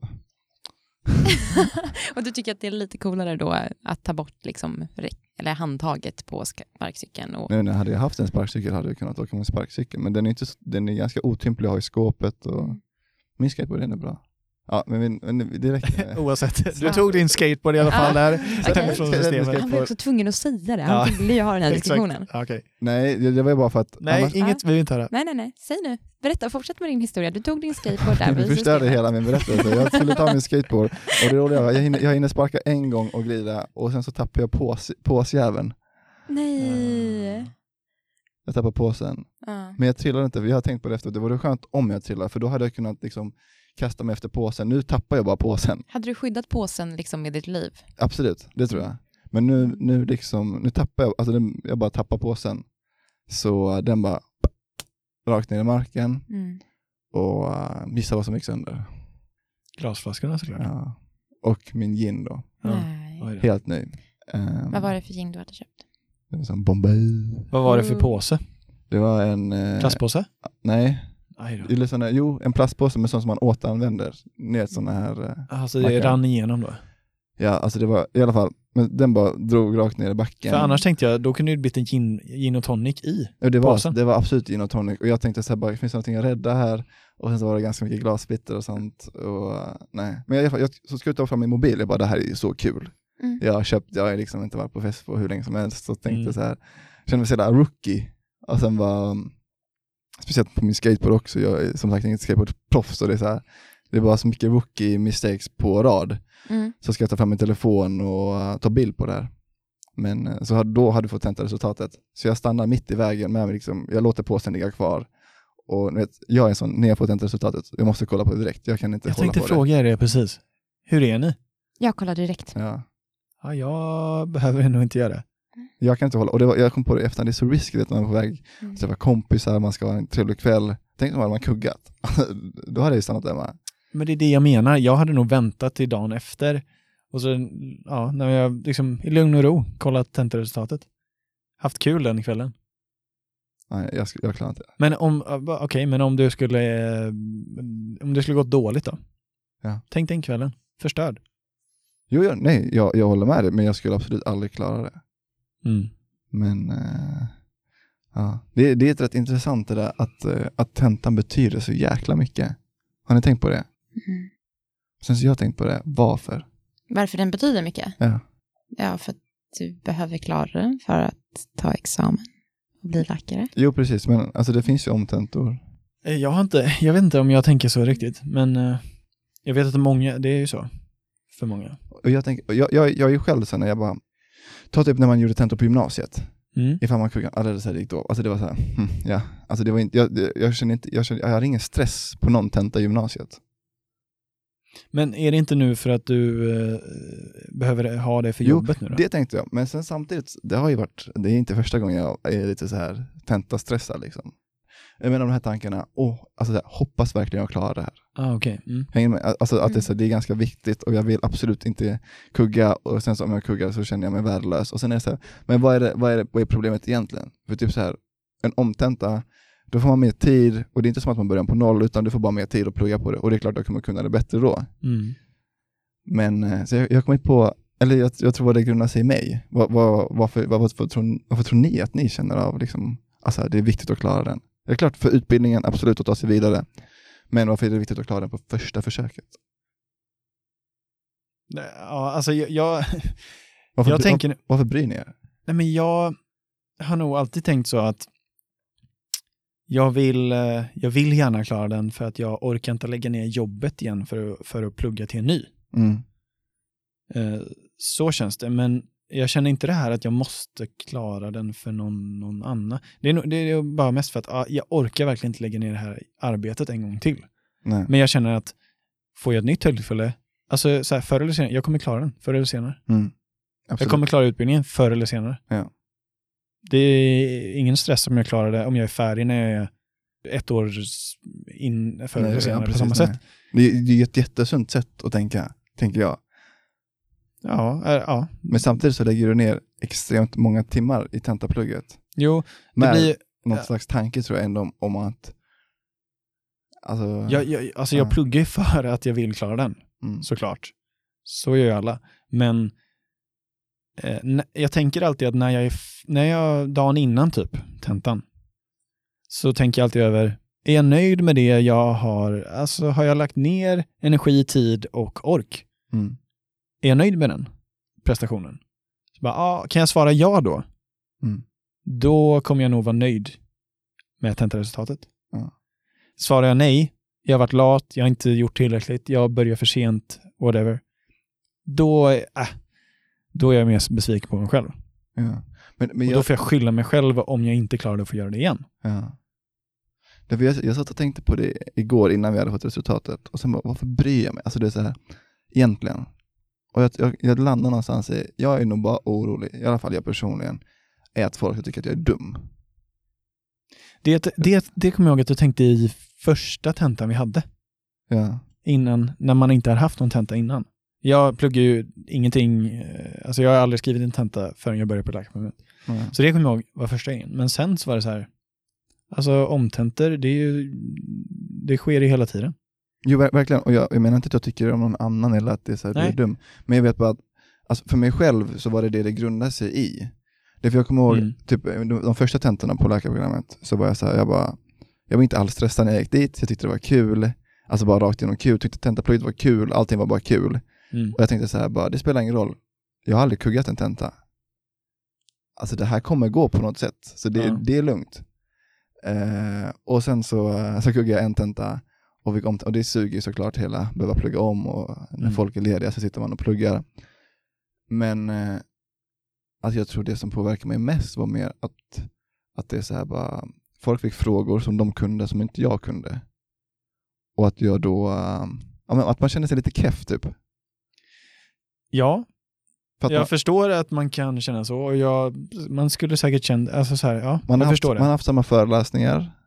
C: Och du tycker att det är lite coolare då att ta bort liksom, räck- eller handtaget på ska- sparkcykeln? Och...
A: nu när hade jag haft en sparkcykel hade jag kunnat åka med en sparkcykel, men den är, inte, så- den är ganska otymplig att ha i skåpet och min skateboard den är bra. Ja, men, min, men det
B: *laughs* Oh.
A: räcker.
B: Oavsett, du tog din skateboard i alla
C: *laughs*
B: fall där.
C: okej.
B: Sen från systemet.
C: Han var också tvungen att säga det.
B: Ja.
C: Han ville ju
A: *laughs*
C: ha den här
B: Exakt.
C: diskussionen.
B: Ja, Okej.
A: Nej, det, det var ju bara för att
B: Nej,
A: annars,
B: inget vi vill inte höra.
C: Nej, nej, nej. Säg nu. Berätta, fortsätt med din historia. Du tog din skateboard
A: *laughs*
C: där.
A: du
C: vid
A: förstörde
C: systemet.
A: hela min berättelse. Jag skulle ta min skateboard och det roliga var jag hinner, jag hinner sparka en gång och glida och sen så tappar jag pås, påsjäveln.
C: Nej. Ah.
A: Jag tappar påsen.
C: Ja.
A: Men jag trillade inte, för jag har tänkt på det efter, det vore skönt om jag trillade, för då hade jag kunnat liksom kasta mig efter påsen. Nu tappar jag bara påsen,
C: Hade du skyddat påsen liksom med ditt liv?
A: absolut, det tror jag. Men nu, nu liksom, nu tappar jag, alltså den, jag bara tappar påsen. Så den bara rakt ner i marken och uh, missar vad som gick sönder.
B: Glasflaskorna såklart.
A: Ja. Och min gin då,
B: Ja.
C: Nej.
B: Oj då.
A: helt ny. Um,
C: Vad var det för gin du hade köpt?
A: det? var Som Bombay.
B: Vad var det för
C: Mm.
B: påse?
A: Det var en... eh,
B: Plastpåse?
A: nej,
B: Aj då.
A: det är sån där, jo, en plastpåse med sånt som man återanvänder. Ner sådana här... eh,
B: Alltså
A: Man
B: det
A: kan-
B: rann igenom då.
A: Ja, alltså det var i alla fall, men den bara drog rakt ner i backen.
B: För annars tänkte jag, då kunde du bytt en gin, gin och tonic i.
A: och det, var,
B: påsen.
A: det var absolut gin och tonic och jag tänkte så här bara, finns det någonting att rädda här? Och sen så var det ganska mycket glassplitter och sånt. Och, eh, nej. Men i alla fall, jag, så skulle jag ta fram min mobil, jag bara det här är ju så kul.
C: Mm.
A: Jag har köpt, jag har liksom inte varit på fest på hur länge som helst, så tänkte
B: Mm.
A: jag så här, kände mig så jävla rookie. Och sen var, mm, speciellt på min skateboard också, jag är som sagt inget skateboardproffs och det är så här, det var så mycket rookie mistakes på rad.
C: Mm.
A: så ska jag ta fram min telefon och eh, ta bild på det här. Men eh, så hade, då hade du fått hämta resultatet. Så jag stannar mitt i vägen med mig, liksom, jag låter påsen ligga kvar. Och ni vet, jag är en sån, när jag fått hämta resultatet, jag måste kolla på det direkt, jag kan inte
B: Jag
A: hålla
B: tänkte
A: på
B: fråga er det precis. Hur är ni?
C: Jag kollar direkt.
A: det. Ja.
B: Ja, jag *laughs* behöver nog inte göra det.
A: Jag kan inte hålla, och det var, jag kom på det i efterhand, det är så risky vet, när man är på väg
C: Mm.
A: att träffa kompisar, man ska ha en trevlig kväll. Tänk om man hade kuggat, *laughs* då hade jag ju stannat hemma.
B: Men det är det jag menar. Jag hade nog väntat till dagen efter. Och så, ja, när jag liksom i lugn och ro kollat tentaresultatet. Haft kul den kvällen.
A: Nej, jag, sk- jag klarar inte det.
B: Men om, okej, men om du skulle, eh, om det skulle gått dåligt då?
A: Ja.
B: Tänk den kvällen, förstörd.
A: Jo, jag, nej, jag, jag håller med dig, men jag skulle absolut aldrig klara det. Mm. Men eh, ja. det, det är ett rätt intressant det där att, eh, att tentan betyder så jäkla mycket. Har ni tänkt på det?
C: Mm.
A: Sen så har jag tänkt på det, varför?
C: Varför den betyder mycket?
A: Ja.
C: Ja, för att du behöver klara den för att ta examen och bli läkare.
A: Jo precis, men alltså, det finns ju omtentor.
B: Eh, Jag har inte, *laughs* jag vet inte om jag tänker så riktigt, men eh, jag vet att många, det är ju så. För många.
A: Och jag, tänker, och jag, jag, jag är ju själv sån när jag bara, ta typ när man gjorde tentor på gymnasiet,
B: Mm.
A: ifall man kuggade, eller så här, det gick då. Alltså det var så här, *laughs* hm, ja. Alltså det var inte, jag, det- jag kände inte, jag, kände, jag hade ingen stress på någon tenta i gymnasiet.
B: Men är det inte nu för att du eh, behöver ha det för
A: Jo,
B: jobbet nu då?
A: Det tänkte jag, men sen samtidigt, det har ju varit, det är inte första gången jag är lite så här tentastressad liksom. Jag menar de här tankarna, åh, alltså så här, hoppas verkligen jag klarar det här.
B: Ah, okej. Mm.
A: Hänger ni med? Alltså att det är, så, det är ganska viktigt och jag vill absolut inte kugga och sen så om jag kuggar så känner jag mig värdelös. Och sen är det så här, men vad är, det, vad, är det, vad är problemet egentligen? För typ så här, en omtenta, då får man mer tid och det är inte som att man börjar på noll utan du får bara mer tid att plugga på det och det är klart att jag kommer kunna det bättre då.
B: Mm.
A: Men eh, så jag, jag kom ju på, eller jag, jag tror det grundar sig i mig. Vad, vad, varför, vad, varför, tror, varför tror ni att ni känner av liksom, alltså det är viktigt att klara den? Det är klart för utbildningen, absolut att ta sig vidare. Men varför är det viktigt att klara den på första försöket?
B: Ja, alltså jag, jag,
A: Varför,
B: jag
A: bry-
B: tänker,
A: var, varför bryr ni er?
B: nej men jag har nog alltid tänkt så att jag vill, eh, jag vill gärna klara den för att jag orkar inte lägga ner jobbet igen för, att- för att plugga till en ny.
A: Mm.
B: Eh, Så känns det, men jag känner inte det här att jag måste klara den för någon, någon annan. Det är, nog- det är bara mest för att ah, jag orkar verkligen inte lägga ner det här arbetet en gång till.
A: Nej.
B: Men jag känner att får jag ett nytt tillfälle, alltså så här, förr eller senare, jag kommer klara den, förr eller senare.
A: Mm.
B: Jag
A: Absolut.
B: kommer klara utbildningen förr eller senare.
A: Ja.
B: Det är ingen stress om jag klarar det, om jag är färdig när jag är ett år s- in, förr
A: Nej,
B: eller
A: ja,
B: senare på
A: precis,
B: samma
A: nej.
B: sätt.
A: Det är, det är ett jättesunt sätt att tänka, tänker jag.
B: Ja, äh, ja.
A: Men samtidigt så lägger du ner extremt många timmar i tentaplugget.
B: Jo, det
A: Men
B: blir,
A: någon
B: Ja.
A: slags tanke tror jag ändå om att... Alltså,
B: jag, jag, alltså jag
A: Ja.
B: pluggar ju för att jag vill klara den,
A: mm,
B: såklart. Så gör ju alla. Men eh, n- jag tänker alltid att när jag, är f- när jag, dagen innan typ, tentan, så tänker jag alltid över, är jag nöjd med det jag har, alltså har jag lagt ner energi, tid och ork?
A: mm,
B: är jag nöjd med den prestationen? Så bara, ah, kan jag svara ja då?
A: Mm.
B: Då kommer jag nog vara nöjd med tentaresultatet.
A: Ja.
B: Svarar jag nej, jag har varit lat, jag har inte gjort tillräckligt, jag börjar för sent, whatever. Då, är- äh, då är jag mer besviken på mig själv.
A: ja. Men, men
B: Och
A: jag,
B: då får jag skylla mig själv om jag inte klarar det och får göra det igen.
A: Ja. Därför jag, jag satt och tänkte på det igår innan vi hade fått resultatet och sen bara, varför bryr jag mig? Alltså det är så här, egentligen. Och jag, jag, jag landar någonstans i, jag är nog bara orolig, i alla fall jag personligen, är att folk tycker att jag är dum.
B: Det, det, det kommer jag ihåg att du tänkte i första tentan vi hade.
A: Ja,
B: innan, när man inte har haft någon tenta innan. Jag pluggar ju ingenting, eh, alltså jag har aldrig skrivit en tenta förrän jag började på läkarprogrammet.
A: ja,
B: Så det kommer jag ihåg var första gången. Men sen så var det så här, alltså omtentor, det, är ju, det sker ju hela tiden.
A: jo, ver- verkligen. Och jag, jag menar inte att jag tycker om någon annan eller att det är så här, du är
B: Nej.
A: dum. Men jag vet bara att alltså, för mig själv så var det det det grundade sig i. Därför jag kommer ihåg,
B: Mm.
A: typ, de, de första tentorna på läkarprogrammet så var jag så här, jag bara, jag var inte alls stressad när jag gick dit, jag tyckte det var kul. Alltså bara rakt igenom kul, tyckte tentaplugget var kul, allting var bara kul.
B: Mm.
A: Och jag tänkte så här, bara, det spelar ingen roll, jag har aldrig kuggat en tenta. Alltså det här kommer gå på något sätt, så det,
B: Ja.
A: det är lugnt. Eh, och sen så, eh, så kuggade jag en tenta och, fick om, och det suger ju såklart hela, behöva plugga om och när
B: Mm.
A: folk är lediga så sitter man och pluggar. Men eh, alltså jag tror det som påverkade mig mest var mer att, att det är så här bara, folk fick frågor som de kunde som inte jag kunde. Och att jag då, eh, ja, men att man känner sig lite keff typ.
B: Ja,
A: För att
B: Jag
A: man,
B: förstår att man kan känna så och jag, man skulle säkert känna, alltså så här, ja,
A: man,
B: jag
A: har haft,
B: förstår
A: man
B: det.
A: har haft samma föreläsningar,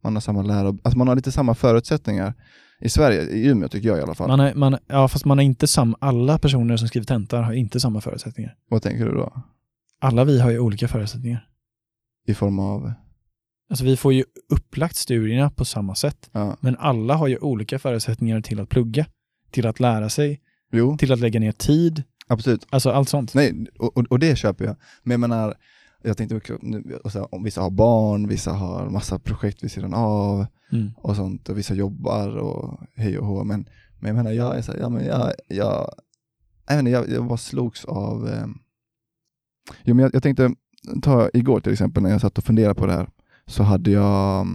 A: man har samma läro, alltså man har lite samma förutsättningar i Sverige, i Umeå tycker jag i alla fall.
B: Man har, man, ja, fast man har inte sam, alla personer som skriver tentor har inte samma förutsättningar.
A: Vad tänker du då?
B: Alla vi har ju olika förutsättningar.
A: I form av,
B: Alltså vi får ju upplagt studierna på samma sätt,
A: ja,
B: men alla har ju olika förutsättningar till att plugga, till att lära sig,
A: jo,
B: till att lägga ner tid,
A: absolut.
B: alltså allt sånt.
A: Nej, och, och- och det köper jag. Men jag menar, jag tänkte också, nu- och så här, om vissa har barn, vissa har massa projekt vid sidan av
B: Mm.
A: och sånt och vissa jobbar och hej och hå. Men, men jag menar, jag är så här, ja men jag, jag, jag, vet inte, jag, jag bara slogs av, eh, jo men jag, jag tänkte ta igår till exempel när jag satt och funderade på det här så hade jag,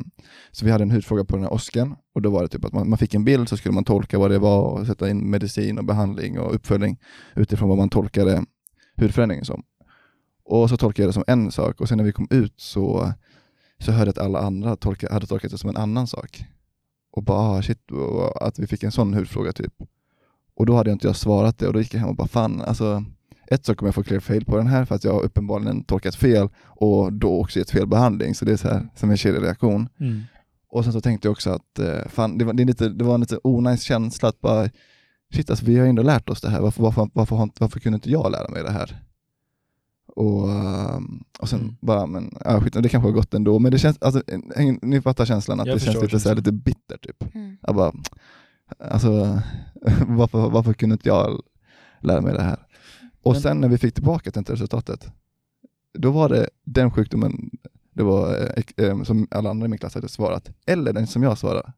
A: så vi hade en hudfråga på den här åskan och då var det typ att man, man fick en bild så skulle man tolka vad det var och sätta in medicin och behandling och uppföljning utifrån vad man tolkade hudförändringen som. Och så tolkade jag det som en sak och sen när vi kom ut så, så hörde jag att alla andra tolka, hade tolkat det som en annan sak. Och bara ah, shit, och- att vi fick en sån hudfråga typ. Och då hade jag inte jag svarat det och då gick jag hem och bara fan alltså ett så kommer jag få clear fail på den här för att jag har uppenbarligen tolkat fel och då också gett fel behandling så det är så här som en kedjereaktion.
B: Mm.
A: Och sen så tänkte jag också att eh, fan, det, var, det, är lite, det var en lite onajs känsla att bara shit alltså, vi har ju ändå lärt oss det här, varför, varför, varför, har inte- varför kunde inte jag lära mig det här? Och, ehm, och sen
B: Mm.
A: bara, men ja, skit, det kanske har gått ändå, men det känns, alltså, en- ni fattar känslan att
B: Jag
A: det känns
B: förstår
A: lite, så här,
B: känslan.
A: lite bitter typ.
C: Mm.
A: Jag bara, alltså *laughs* varför, varför kunde inte jag lära mig det här? Och
B: Men-
A: sen när vi fick tillbaka tentaresultatet, då var det den sjukdomen det var, eh, ex- eh, som alla andra i min klass hade svarat, eller den som jag svarade.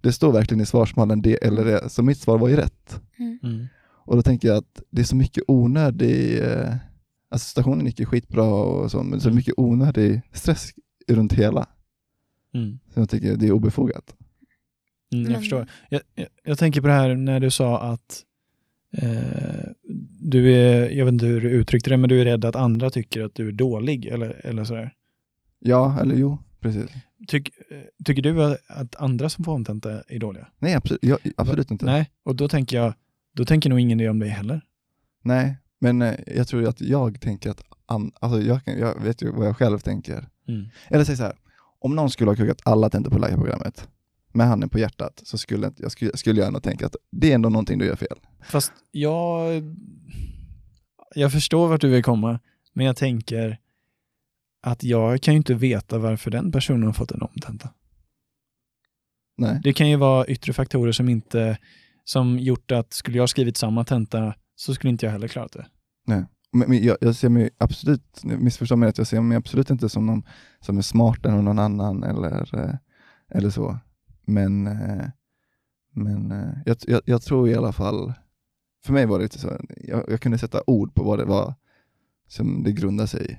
A: Det står verkligen i svarsmallen det eller det, så mitt svar var ju rätt.
B: Mm.
A: Och då tänker jag att det är så mycket onödig, eh, alltså stationen gick ju skitbra och så, men så
B: Mm.
A: mycket onödig stress runt hela.
B: Mm.
A: Så jag tycker det är obefogat.
B: Mm, jag
C: Men-
B: förstår. Jag, jag, jag tänker på det här när du sa att eh, du är, jag vet inte hur du uttryckte det, men du är rädd att andra tycker att du är dålig eller, eller sådär.
A: Ja, eller jo, precis.
B: Tyck, eh, tycker du att- att andra som får omtenta är dåliga?
A: Nej, absolut, jag, absolut inte.
B: Nej, och då tänker jag, då tänker nog ingen det om dig heller.
A: Nej, men eh, jag tror ju att jag tänker att, an, alltså jag, kan, jag vet ju vad jag själv tänker.
B: Mm.
A: Eller säg så här, om någon skulle ha kukat alla tentor på liveprogrammet med handen på hjärtat så skulle inte- jag, skulle, skulle jag ändå tänka att det är ändå någonting du gör fel.
B: Fast jag, jag förstår vart du vill komma, men jag tänker att jag kan ju inte veta varför den personen har fått en omtenta.
A: Nej.
B: Det kan ju vara yttre faktorer som inte som gjort att skulle jag skrivit samma tenta så skulle inte jag heller klarat det.
A: Men, men jag, jag ser mig absolut, missförstå mig rätt, jag ser mig absolut inte som någon som är smartare än någon annan eller, eh, eller så. Men, eh, men eh, jag, jag, jag tror i alla fall, för mig var det lite så, jag, jag kunde sätta ord på vad det var som det grundar sig i.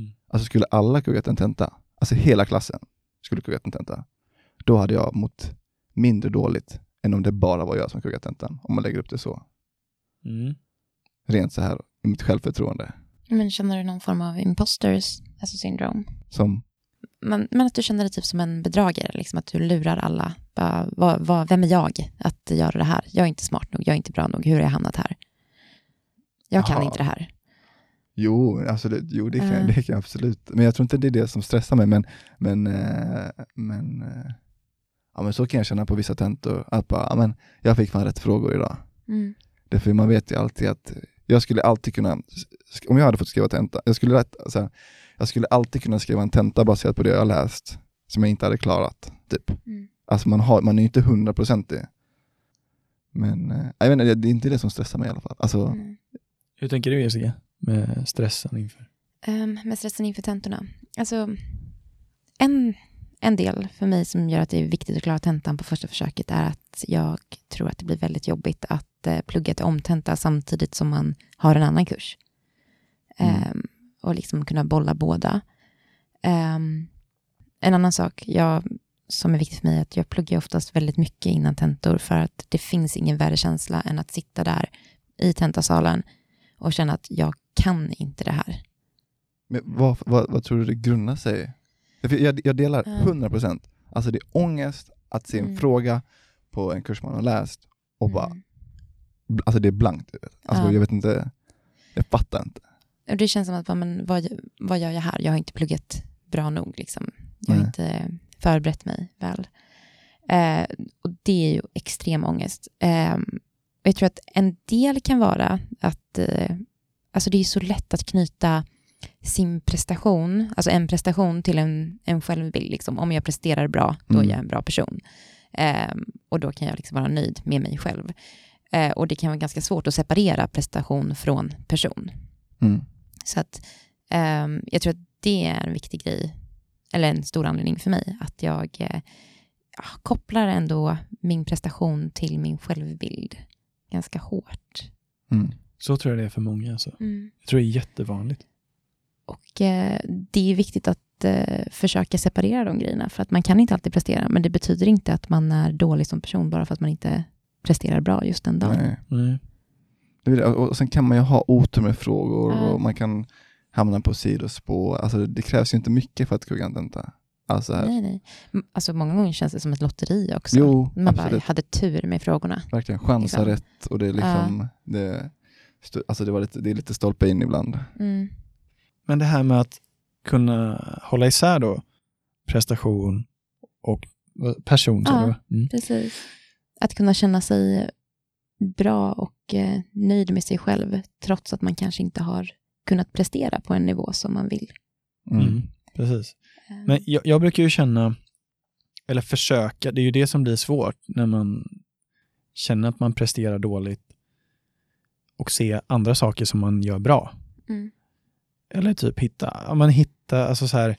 B: Mm.
A: Alltså skulle alla kuggat en tenta, alltså hela klassen skulle kuggat en tenta, då hade jag mått mindre dåligt än om det bara var jag som kuggat tentan, om man lägger upp det så.
B: Mm.
A: Rent så här, i mitt självförtroende.
C: Men känner du någon form av imposters alltså syndrom?
A: Som
C: Men, men att du känner dig typ som en bedragare, liksom att du lurar alla. Bara, vad, vad, vem är jag att göra det här? Jag är inte smart nog, jag är inte bra nog, hur har jag hamnat här? Jag kan
A: Jaha.
C: inte det här.
A: Jo, absolut. Jo, det kan,
C: Ja.
A: det kan jag absolut. Men jag tror inte det är det som stressar mig. Men, men, eh, men, eh, ja, men så kan jag känna på vissa tentor. Att bara, ja, men jag fick fan rätt frågor idag.
C: Mm.
A: Därför man vet ju alltid att jag skulle alltid kunna, sk- om jag hade fått skriva tenta, jag skulle, rätt- så här, jag skulle alltid kunna skriva en tenta baserat på det jag läst som jag inte hade klarat. Typ.
C: Mm.
A: Alltså man, har, man är ju inte hundraprocentig. Men eh, jag vet inte, det- det är inte det som stressar mig i alla fall. Alltså,
C: Mm.
B: Hur tänker du Jessica med stressen inför?
C: Um, med stressen inför tentorna. Alltså, en, en del för mig som gör att det är viktigt att klara tentan på första försöket är att jag tror att det blir väldigt jobbigt att eh, plugga till omtenta samtidigt som man har en annan kurs.
A: Mm.
C: Ehm, och liksom kunna bolla båda. Ehm, en annan sak jag, som är viktig för mig är att jag pluggar oftast väldigt mycket innan tentor för att det finns ingen värre känsla än att sitta där i tentasalen och känna att jag kan inte det här.
A: Men vad, vad, vad tror du det grundar sig i? För Jag, jag delar
C: Ja.
A: 100%. Alltså det är ångest att se en
C: Mm.
A: fråga på en kurs man har läst och bara,
C: Mm.
A: alltså det är blankt. Alltså
C: Ja.
A: jag vet inte, Jag fattar inte.
C: Och det känns som att, va, men, vad, vad gör jag här? Jag har inte pluggat bra nog. Liksom. Jag har
A: Nej.
C: inte förberett mig väl. Eh, och det är ju extrem ångest. Eh, och jag tror att en del kan vara att eh, alltså det är så lätt att knyta sin prestation, alltså en prestation till en, en självbild. Liksom. Om jag presterar bra, då
A: Mm.
C: är jag en bra person. Eh, och då kan jag liksom vara nöjd med mig själv. Eh, och det kan vara ganska svårt att separera prestation från person.
A: Mm.
C: Så att ehm, jag tror att det är en viktig grej, eller en stor anledning för mig, att jag eh, ja, kopplar ändå min prestation till min självbild ganska hårt.
A: Mm.
B: Så tror jag det är för många. Alltså. Jag tror det är jättevanligt.
C: Och eh, det är viktigt att eh, försöka separera de grejerna, för att man kan inte alltid prestera, men det betyder inte att man är dålig som person bara för att man inte presterar bra just den dagen.
A: Nej.
B: Nej.
A: Det är det. Och och sen kan man ju ha otur med frågor
C: Ja.
A: och man kan hamna på sidospår. Alltså det, det krävs ju inte mycket för att kunna tenta. Alltså här,
C: Nej, nej. M- Alltså många gånger känns det som ett lotteri också.
A: Jo,
C: man bara
A: absolut.
C: hade tur med frågorna.
A: verkligen chansa
C: Exakt.
A: rätt och det är liksom, det, stu- alltså det, var lite, det är lite stolpe in ibland.
C: Mm.
B: Men det här med att kunna hålla isär då prestation och vad- person. sa
C: Ja.
B: du, va? Mm.
C: Precis. Att kunna känna sig bra och eh, nöjd med sig själv trots att man kanske inte har kunnat prestera på en nivå som man vill.
A: Mm.
B: Mm. Precis.
C: Eh,
B: Men jag, jag brukar ju känna, eller försöka, det är ju det som blir svårt när man känner att man presterar dåligt och se andra saker som man gör bra.
C: Mm.
B: Eller typ hitta, ja, man hitta, alltså så här,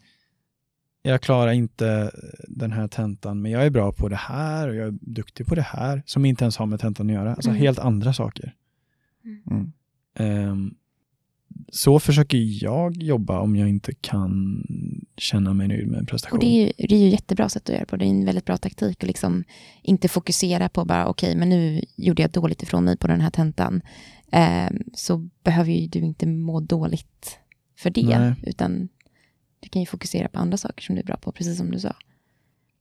B: jag klarar inte den här tentan, men jag är bra på det här och jag är duktig på det här, som inte ens har med tentan att göra. Alltså
C: Mm.
B: helt andra saker.
A: Mm.
B: Ehm, så försöker jag jobba om jag inte kan känna mig nöjd med en prestation.
C: Och det är, ju, det är ju jättebra sätt att göra på. Det är en väldigt bra taktik att liksom inte fokusera på bara okej, men nu gjorde jag dåligt ifrån mig på den här tentan. Eh, så behöver ju du inte må dåligt för det,
B: Nej.
C: utan du kan ju fokusera på andra saker som du är bra på, precis som du sa.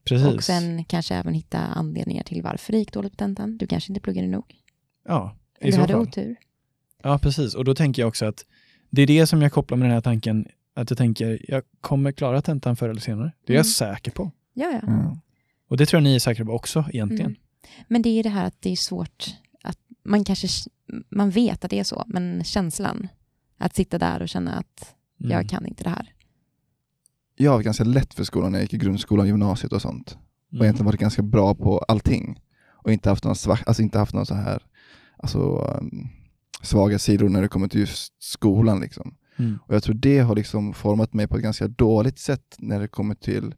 B: Precis.
C: Och sen kanske även hitta anledningar till varför det gick dåligt på tentan. Du kanske inte pluggade nog.
B: Ja, i
C: Du
B: så
C: hade
B: fall.
C: otur.
B: Ja, precis. Och då tänker jag också att det är det som jag kopplar med den här tanken, att jag tänker jag kommer klara tentan förr eller senare. Det är jag
C: Mm.
B: säker på.
C: Ja, Mm. ja.
A: Ja.
B: Och det tror jag ni är säkra på också egentligen.
C: Mm. Men det är det här att det är svårt att man kanske man vet att det är så, men känslan att sitta där och känna att
B: Mm.
C: jag kan inte det här.
A: Jag var ganska lätt för skolan när jag gick i grundskolan, gymnasiet och sånt. och
B: Mm.
A: egentligen varit ganska bra på allting och inte haft någon, svart, alltså inte haft någon så här alltså, um, svaga sidor när det kommer till just skolan. Liksom.
B: Mm.
A: Och jag tror det har liksom format mig på ett ganska dåligt sätt när det kommer till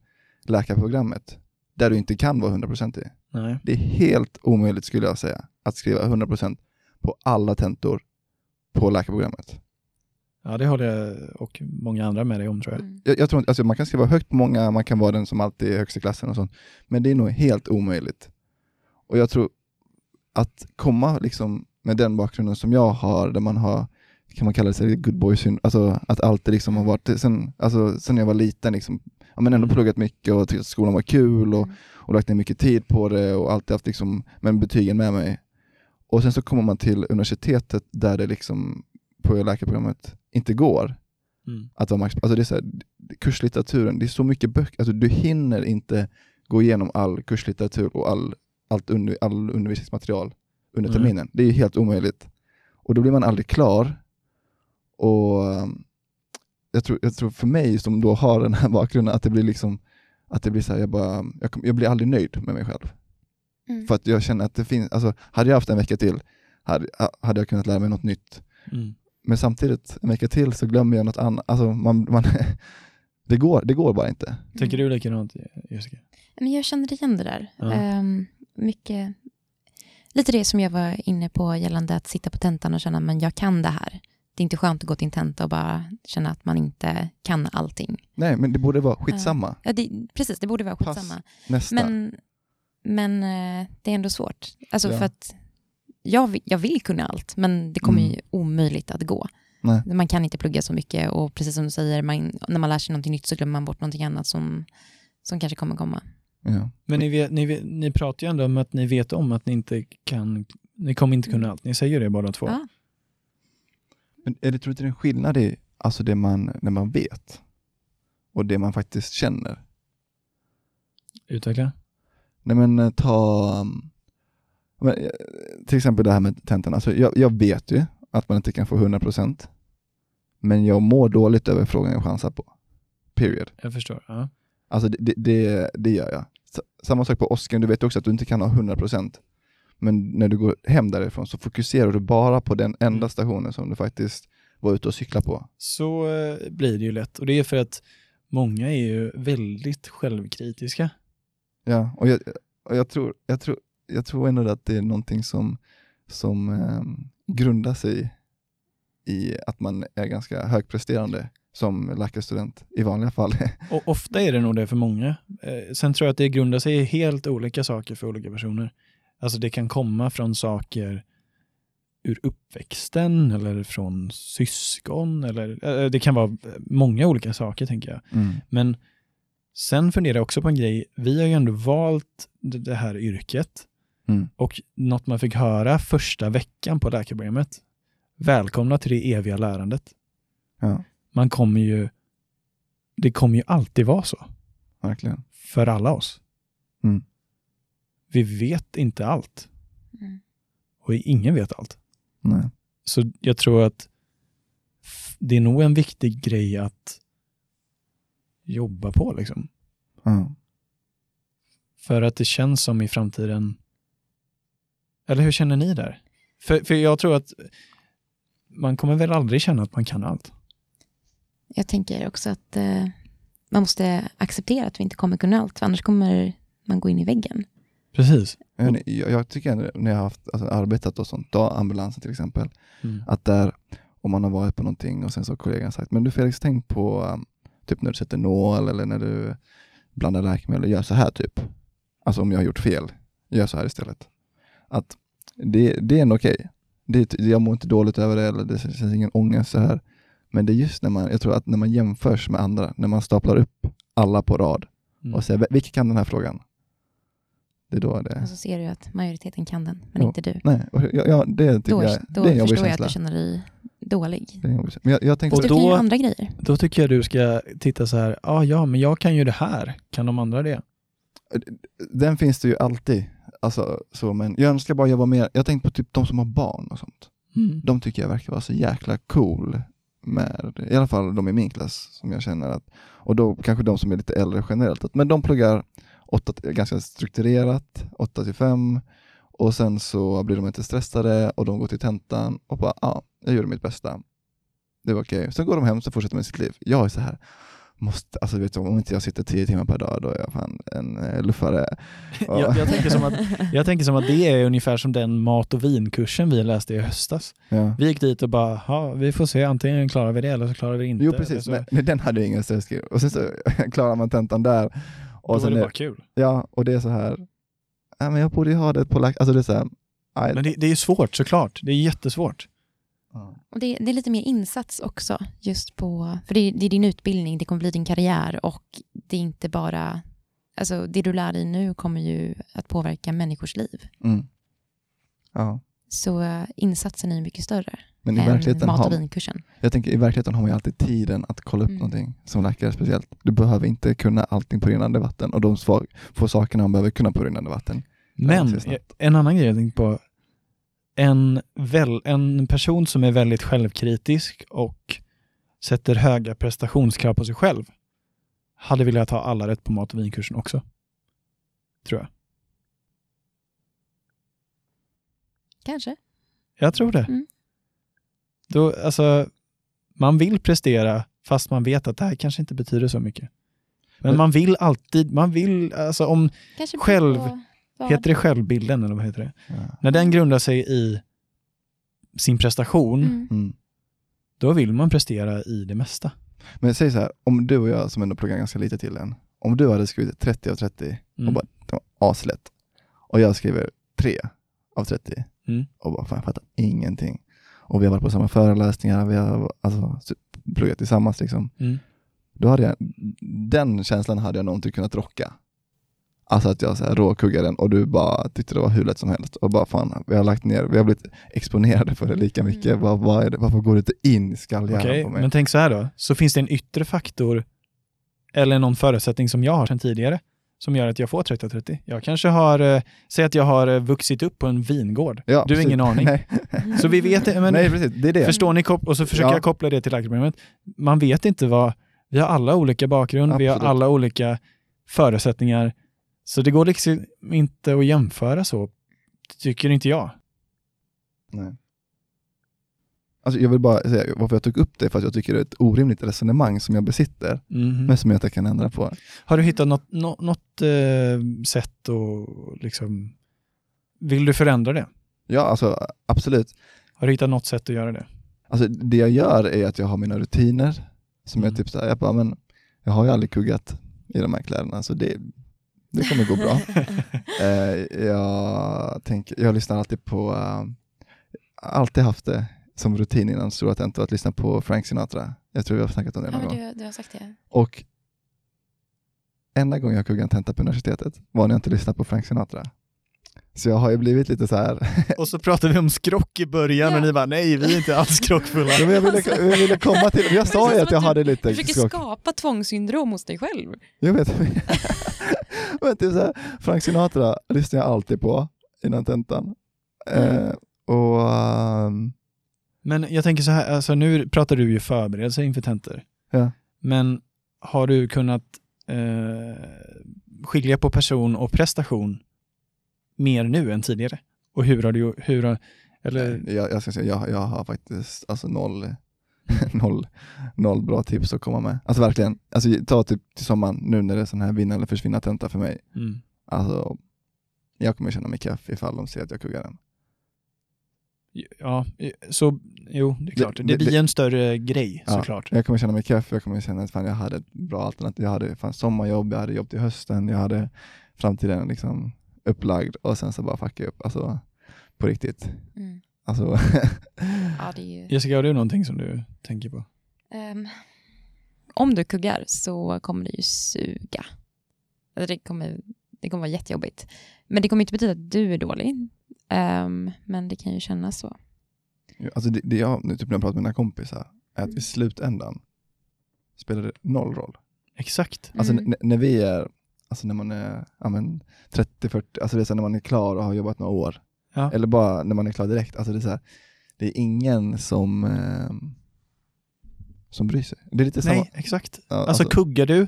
A: läkarprogrammet, där du inte kan vara 100% i.
B: Nej.
A: Det är helt omöjligt skulle jag säga, att skriva 100% på alla tentor på läkarprogrammet.
B: Ja, det håller jag och många andra med dig om tror jag.
C: Mm.
A: Jag, jag tror inte, alltså man kan skriva högt på många, man kan vara den som alltid är högst i klassen och sånt, men det är nog helt omöjligt. Och jag tror att komma liksom med den bakgrunden som jag har, där man har, kan man kalla det sig good boy syndrome, alltså att alltid liksom har varit, sen, alltså, sen jag var liten liksom, ja, men ändå pluggat mycket och tyckt att skolan var kul och, och lagt ner mycket tid på det och alltid haft liksom, men betygen med mig. Och sen så kommer man till universitetet där det liksom på läkarprogrammet inte går
B: Mm.
A: att vara max, alltså det är så här, kurslitteraturen, det är så mycket böcker, alltså du hinner inte gå igenom all kurslitteratur och all, allt under, all undervisningsmaterial under
B: Nej.
A: terminen. Det är ju helt omöjligt. Och då blir man aldrig klar. Och um, jag tror, jag tror för mig som då har den här *laughs* bakgrunden, att det blir liksom, att det blir så här, jag bara, jag, kom, jag blir aldrig nöjd med mig själv.
C: Mm.
A: För att jag känner att det finns, alltså hade jag haft en vecka till, hade, hade jag kunnat lära mig något nytt.
B: Mm.
A: Men samtidigt, en vecka till så glömmer jag något annat. Alltså, man, *laughs* man, det, går, det går bara inte.
B: Tycker du likadant Jessica?
C: Men jag känner igen det där.
B: Ja.
C: Ehm, mycket, lite det som jag var inne på gällande att sitta på tentan och känna men jag kan det här. Det är inte skönt att gå till en tenta och bara känna att man inte kan allting.
A: Nej, men det borde vara skitsamma.
C: Ja, det, precis, det borde vara
A: Pass.
C: skitsamma.
A: Nästa.
C: Men, men eh, det är ändå svårt. Alltså
A: Ja.
C: för att jag, vi- jag vill kunna allt, men det kommer ju
A: Mm.
C: omöjligt att gå.
A: Nej.
C: Man kan inte plugga så mycket och precis som du säger, man, när man lär sig någonting nytt så glömmer man bort någonting annat som, som kanske kommer komma.
A: Ja.
B: Men ni, vet, ni, vet, ni pratar ju ändå om att ni vet
C: Mm.
B: om att ni inte kan, ni kommer inte kunna allt. Ni säger det båda två.
C: Ja.
A: Men är det, tror du inte det är en skillnad i alltså det man, när man vet och det man faktiskt känner?
B: Utveckla.
A: Nej men eh, ta, um, men, eh, till exempel det här med tentan. Alltså, jag, jag vet ju att man inte kan få 100% men jag mår dåligt över frågan jag chansar på. Period.
B: Jag förstår. Ja.
A: Alltså det, det, det, det gör jag. S- Samma sak på Oscar, du vet också att du inte kan ha 100% men när du går hem därifrån så fokuserar du bara på den enda
B: Mm.
A: stationen som du faktiskt var ute och cykla på.
B: Så eh, blir det ju lätt. Och det är för att många är ju väldigt självkritiska.
A: Ja, och jag, och jag, tror, jag, tror, jag tror ändå att det är någonting som, som ehm, grundar sig i att man är ganska högpresterande som läkarstudent i vanliga fall. *laughs*
B: Och ofta är det nog det för många. Eh, sen tror jag att det grundar sig i helt olika saker för olika personer. Alltså det kan komma från saker ur uppväxten eller från syskon eller eh, det kan vara många olika saker tänker jag. Men sen funderar jag också på en grej. Vi har ju ändå valt det det här yrket.
A: Mm.
B: Och något man fick höra första veckan på läkarprogrammet. Välkomna till det eviga lärandet.
A: Ja,
B: Man kommer ju... Det kommer ju alltid vara så.
A: verkligen.
B: För alla oss.
A: Mm.
B: Vi vet inte allt.
C: Mm.
B: Och ingen vet allt.
A: Nej.
B: Så jag tror att f- det är nog en viktig grej att jobba på liksom.
A: Ja.
B: För att det känns som i framtiden... Eller hur känner ni där? För, för jag tror att man kommer väl aldrig känna att man kan allt.
C: Jag tänker också att eh, man måste acceptera att vi inte kommer kunna allt, för annars kommer man gå in i väggen.
B: Precis.
A: Jag, vet inte, jag, jag tycker ändå när jag har haft, alltså, arbetat och sånt, då ambulansen till exempel,
B: Mm.
A: att där, om man har varit på någonting och sen så har kollegan sagt, men du Felix, tänk på um, typ när du sätter nål eller när du blandar läkemedel, gör så här typ. Alltså om jag har gjort fel, gör så här istället. Att det, det är ändå okej. Det- Jag mår inte dåligt över det eller det känns ingen ångest så här. Men det är just när man, jag tror att när man jämförs med andra, när man staplar upp alla på rad
B: Mm.
A: och säger, "Vil- vilka kan den här frågan? Det är då det...
C: Och så ser du att majoriteten kan den, men
A: Jo.
C: inte du.
A: Nej, och jag, jag, det tycker
C: Då,
A: jag,
C: då
A: det är en jobbig
C: förstår jag att
A: känsla.
C: du känner dig dålig.
A: Det är en jobbig känsla. Men jag, jag tänkte,
B: Och
C: Fast du kan
B: då-
C: göra andra grejer.
B: Då tycker jag du ska titta så här, ah, ja, men jag kan ju det här. Kan de andra det?
A: den finns det ju alltid. Alltså, så, men jag önskar bara jobba mer. Jag tänkte på typ de som har barn och sånt.
B: Mm.
A: De tycker jag verkar vara så jäkla cool med, i alla fall de i min klass som jag känner att, och då kanske de som är lite äldre generellt, att, men de pluggar åtta, ganska strukturerat, 8 till 5 och sen så blir de inte stressade och de går till tentan och bara, ja, jag gjorde mitt bästa. Det var okej. Sen går de hem och fortsätter med sitt liv. Jag är så här, måste, alltså vet du, om inte jag sitter 10 timmar per dag då är jag fan en eh, luffare. Ja.
B: *laughs* Jag, jag, tänker som att,
C: *laughs*
B: jag tänker som att det är ungefär som den mat och vinkursen vi läste i höstas.
A: Ja.
B: Vi gick dit och bara, "Ja, vi får se, antingen klarar vi det eller så klarar vi det inte. Alltså-
A: Jo
B: Eller
A: precis,
B: så,
A: men, men den hade ju ingen stressgrej. Och sen så *laughs* klarar man tentan där.
B: då
A: Och
B: är
A: sen
B: det
A: är-
B: bara kul.
A: Ja, och det är så här, ja, men jag borde ju ha det på lack, alltså det är så här, aj,
B: Men det, det är ju svårt såklart. Det är jättesvårt.
A: ja.
C: Och det, det är lite mer insats också, just på, för det, är- det är din utbildning, det kommer bli din karriär och det är inte bara, alltså det du lär dig nu kommer ju att påverka människors liv.
A: Mm. ja.
C: Så eh, insatsen är ju mycket större
A: Men i
C: än
A: verkligheten,
C: mat
A: har,
C: och vinkursen.
A: jag tänker, i verkligheten har man ju alltid tiden att kolla upp
C: Mm.
A: någonting som läkare speciellt. Du behöver inte kunna allting på rinnande vatten och de svar, få sakerna man behöver kunna på rinnande vatten. Ja,
B: Men
A: det ser snabbt.
B: en annan grej jag tänkte på. En, väl, en person som är väldigt självkritisk och sätter höga prestationskrav på sig själv hade velat ha alla rätt på mat och vinkursen också. Tror jag.
C: Kanske.
B: Jag tror det.
C: Mm.
B: Då, alltså, man vill prestera fast man vet att det här kanske inte betyder så mycket. Men
A: Men-
B: man vill alltid, man vill, alltså om,
C: Kanske
B: Själv-
C: på vad-
B: heter det självbilden eller vad heter det?
A: Ja.
B: När den grundar sig i sin prestation
C: Mm.
A: Mm.
B: då vill man prestera i det mesta.
A: Men säg så här, om du och jag som ändå pluggar ganska lite till en, om du hade skrivit 30 av 30
B: Mm.
A: och bara, det var aslätt. Och jag skriver 3 av 30
B: Mm.
A: och bara, fan jag fattar ingenting. Och vi har varit på samma föreläsningar, vi har alltså, pluggat tillsammans liksom.
B: Mm.
A: Då hade jag, den känslan hade jag nog inte kunnat rocka. Alltså att jag så här råkuggade den och du bara tyckte det var hur lätt som helst och bara fan, vi har lagt ner, vi har blivit exponerade för det lika mycket.
C: Mm.
A: Vad, vad är det? Varför går det inte in i skallhjärnan
B: Okej,
A: på mig?
B: men tänk så här då. Så finns det en yttre faktor eller någon förutsättning som jag har sedan tidigare som gör att jag får 30-30. Jag kanske har, eh, säg att jag har eh, vuxit upp på en vingård.
A: Ja,
B: du har ingen
A: *laughs*
B: aning.
A: Nej,
B: Mm. Så vi vet eh,
A: *laughs*
B: men
A: nej, precis, det är det.
B: Förstår ni? kop- Och så försöker
A: Ja.
B: jag koppla det till lagproblemet. Man vet inte vad, vi har alla olika bakgrund, vi har
A: Absolut.
B: alla olika förutsättningar. Så det går liksom inte att jämföra så, tycker inte jag.
A: Alltså, jag vill bara säga varför jag tog upp det, för att jag tycker det är ett orimligt resonemang som jag besitter,
B: Mhm.
A: men som jag inte kan ändra på.
B: Har du hittat något, nå- något eh, sätt att liksom... Vill du förändra det?
A: Ja, alltså absolut.
B: Har du hittat något sätt att göra det?
A: Alltså det jag gör är att jag har mina rutiner som
B: Mm.
A: jag typ såhär, jag bara, men jag har ju aldrig kuggat i de här kläderna så det, det kommer gå bra. eh, jag, tänker, jag lyssnar alltid på, eh, alltid haft det som rutin innan Stora Tento att lyssna på Frank Sinatra. Jag tror vi har snackat om det
C: Ja,
A: någon
C: men
A: gång.
C: du, du har sagt det.
A: Och enda gången jag kuggade en tenta på universitetet var när jag inte lyssnade på Frank Sinatra. Så jag har ju blivit lite så här.
B: *laughs* Och så pratade vi om skrock i början
C: Ja.
B: och ni bara nej, vi är inte alls skrockfulla.
A: Ja, men jag, ville, jag ville komma till, jag
C: Alltså- Det
A: sa
C: känns
A: ju att
C: som
A: jag
C: att du-
A: hade
C: Du
A: lite
C: försöker
A: skock.
C: skapa tvångssyndrom hos dig själv.
A: Jag vet. *laughs* men typ så här, Frank Sinatra lyssnar jag alltid på innan tentan.
C: Mm.
A: Eh, och ehm,
B: Men jag tänker så här, alltså nu pratar du ju förberedelse inför tentor.
A: Ja.
B: Men har du kunnat eh, skilja på person och prestation mer nu än tidigare? Och hur har du, hur har, eller,
A: jag, jag ska säga, jag, jag har faktiskt alltså noll, *laughs* noll, noll bra tips att komma med. Alltså verkligen, alltså, ta typ till sommaren nu när det är sån här vinna eller försvinna tenta för mig.
B: mm.
A: Alltså, jag kommer känna mig kaff ifall de ser att jag kuggar den.
B: ja, så, jo, det är klart. Det,
A: Det- det-
B: blir
A: det-
B: en större grej
A: Ja.
B: såklart.
A: Jag kommer känna mig keff, jag kommer känna att fan, jag hade ett bra alternativ. Jag hade fan sommarjobb, jag hade jobb till hösten, jag hade framtiden liksom upplagd och sen så bara fucka upp. Alltså på riktigt.
C: Mm.
A: Alltså, *laughs*
C: Ja, det är ju...
B: Jessica, har du någonting som du tänker på?
C: Ehm, om du kuggar så kommer det ju suga. Alltså Det kommer, det kommer vara jättejobbigt. Men det kommer inte betyda att du är dålig. Ehm, men det kan ju kännas så.
A: alltså det, det jag, nu typ när jag pratar med mina kompisar, är att
C: Mm.
A: i slutändan spelar det noll roll.
B: Exakt.
A: Alltså
C: Mm.
A: n- när vi är, alltså när man är ja, men 30-40, alltså det är så här när man är klar och har jobbat några år.
B: Ja.
A: Eller bara när man är klar direkt. Alltså det är så här, det är ingen som, ehm, som bryr sig. Det är lite samma.
B: Nej, exakt.
A: Ja,
B: Alltså, kuggar du,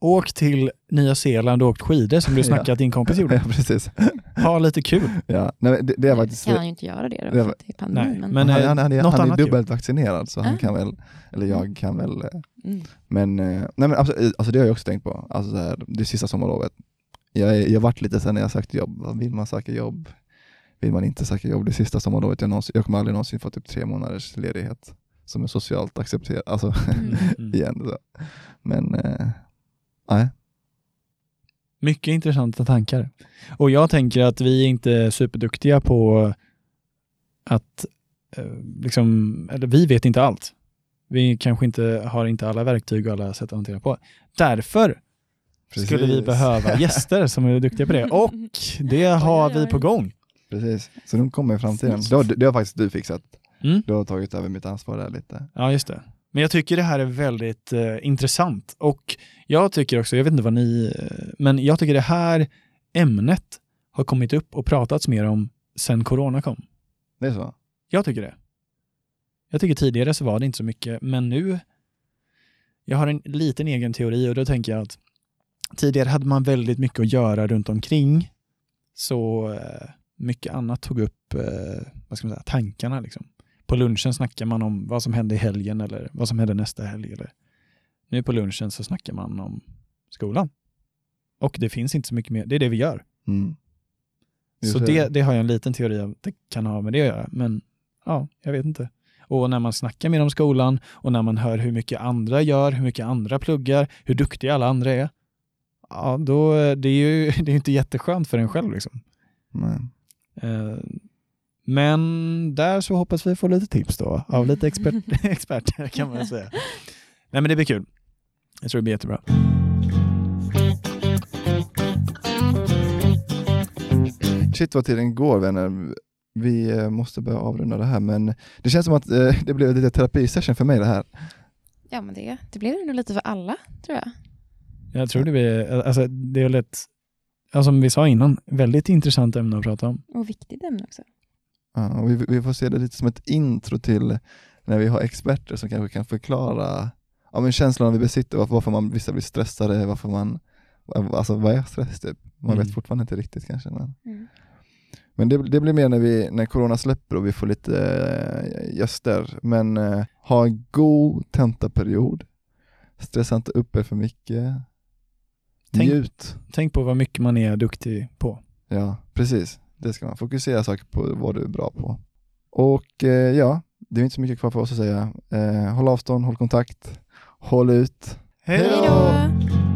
B: åk till Nya Zeeland och åk skidor som du
A: Ja.
B: snackade att din
A: *laughs*
B: kompis gjorde.
A: Ja, precis.
B: Ha lite kul.
A: Ja. Nej, men det, det är faktiskt...
C: kan han ju inte göra det då,
A: det
C: för
A: var-
C: att det är pandemi.
B: Nej,
C: men,
B: men-
A: han,
B: eh,
A: han, han, är-
B: något
A: han är
B: annat ju.
A: dubbelt vaccinerad så han
C: Ah.
A: kan väl, eller jag kan väl, eh,
B: *laughs*
C: mm.
A: men, eh, nej men absolut, alltså det har jag också tänkt på, alltså så här, det sista sommarlovet. Jag, är- jag vart lite sen när jag sökte jobb, Vad vill man söka jobb? Vill man inte söka jobb det sista sommarlovet? Jag, någonsin, jag kommer aldrig någonsin få typ tre månaders ledighet som är socialt accepterad, alltså *laughs*
C: Mm.
A: igen. Så. Men, eh, nej.
B: Mycket intressanta tankar. Och jag tänker att vi är inte är superduktiga på att, eh, liksom, eller vi vet inte allt. Vi kanske inte har inte alla verktyg och alla sätt att hantera på. Därför skulle vi
A: Precis.
B: behöva gäster som är
C: *laughs*
B: duktiga på det. Och det har
C: Oj, oj,
B: vi på
C: oj.
B: gång.
A: Precis, så de kommer i framtiden.
C: Snyggt.
A: Det har, det har faktiskt du fixat.
B: Mm.
A: Du har tagit över mitt ansvar där lite.
B: Ja, just det. Men jag tycker det här är väldigt eh, intressant och jag tycker också, jag vet inte vad ni, eh, men jag tycker det här ämnet har kommit upp och pratats mer om sen corona kom.
A: Det är så?
B: Jag tycker det. Jag tycker tidigare så var det inte så mycket, men nu... Jag har en liten egen teori och då tänker jag att tidigare hade man väldigt mycket att göra runt omkring. Så eh, mycket annat tog upp eh, vad ska man säga, tankarna. Liksom. På lunchen snackar man om vad som hände i helgen eller vad som hände nästa helg. Eller. Nu på lunchen så snackar man om skolan. Och det finns inte så mycket mer. Det är det vi gör.
A: Mm.
B: Så
A: Just
B: det, det har jag en liten teori om att det kan ha med det att göra. Men ja, jag vet inte. Och när man snackar mer om skolan och när man hör hur mycket andra gör, hur mycket andra pluggar, hur duktiga alla andra är. Ja, då, eh, det är ju *laughs* det är ju inte jätteskönt för en själv. Liksom.
A: Men,
B: Eh, Men där så hoppas vi få lite tips då av
C: *laughs*
B: lite expert, *laughs* experter kan man väl säga. Nej men det blir kul. Jag tror det blir jättebra.
A: Shit vad tiden går vänner. Vi eh, måste börja avrunda det här men det känns som att eh, *laughs* det blev lite terapisession för mig det här.
C: Ja, men det, det blev det nog lite för alla, tror jag.
B: Jag tror det blir, alltså det är väl ett, ja, som vi sa innan, väldigt intressant ämne att prata om.
C: Och viktigt ämne också.
A: Ja, och vi, vi får se det lite som ett intro till när vi har experter som kanske kan förklara ja, men känslan vi besitter, varför, varför man, vissa blir stressade, varför man, alltså vad är stress typ? Man
B: Mm.
A: vet fortfarande inte riktigt kanske. Men,
C: Mm.
A: men det, det blir mer när, vi, när corona släpper och vi får lite eh, gäster. Men eh, ha en god tentaperiod, stressa inte upp er för mycket,
B: Tänk-
A: njut.
B: Tänk på vad mycket man är duktig på.
A: Ja, precis. Det ska man. Fokusera saker på vad du är bra på. Och eh, ja, det är inte så mycket kvar för oss att säga. Eh, håll avstånd, håll kontakt, håll ut.
C: Hej då!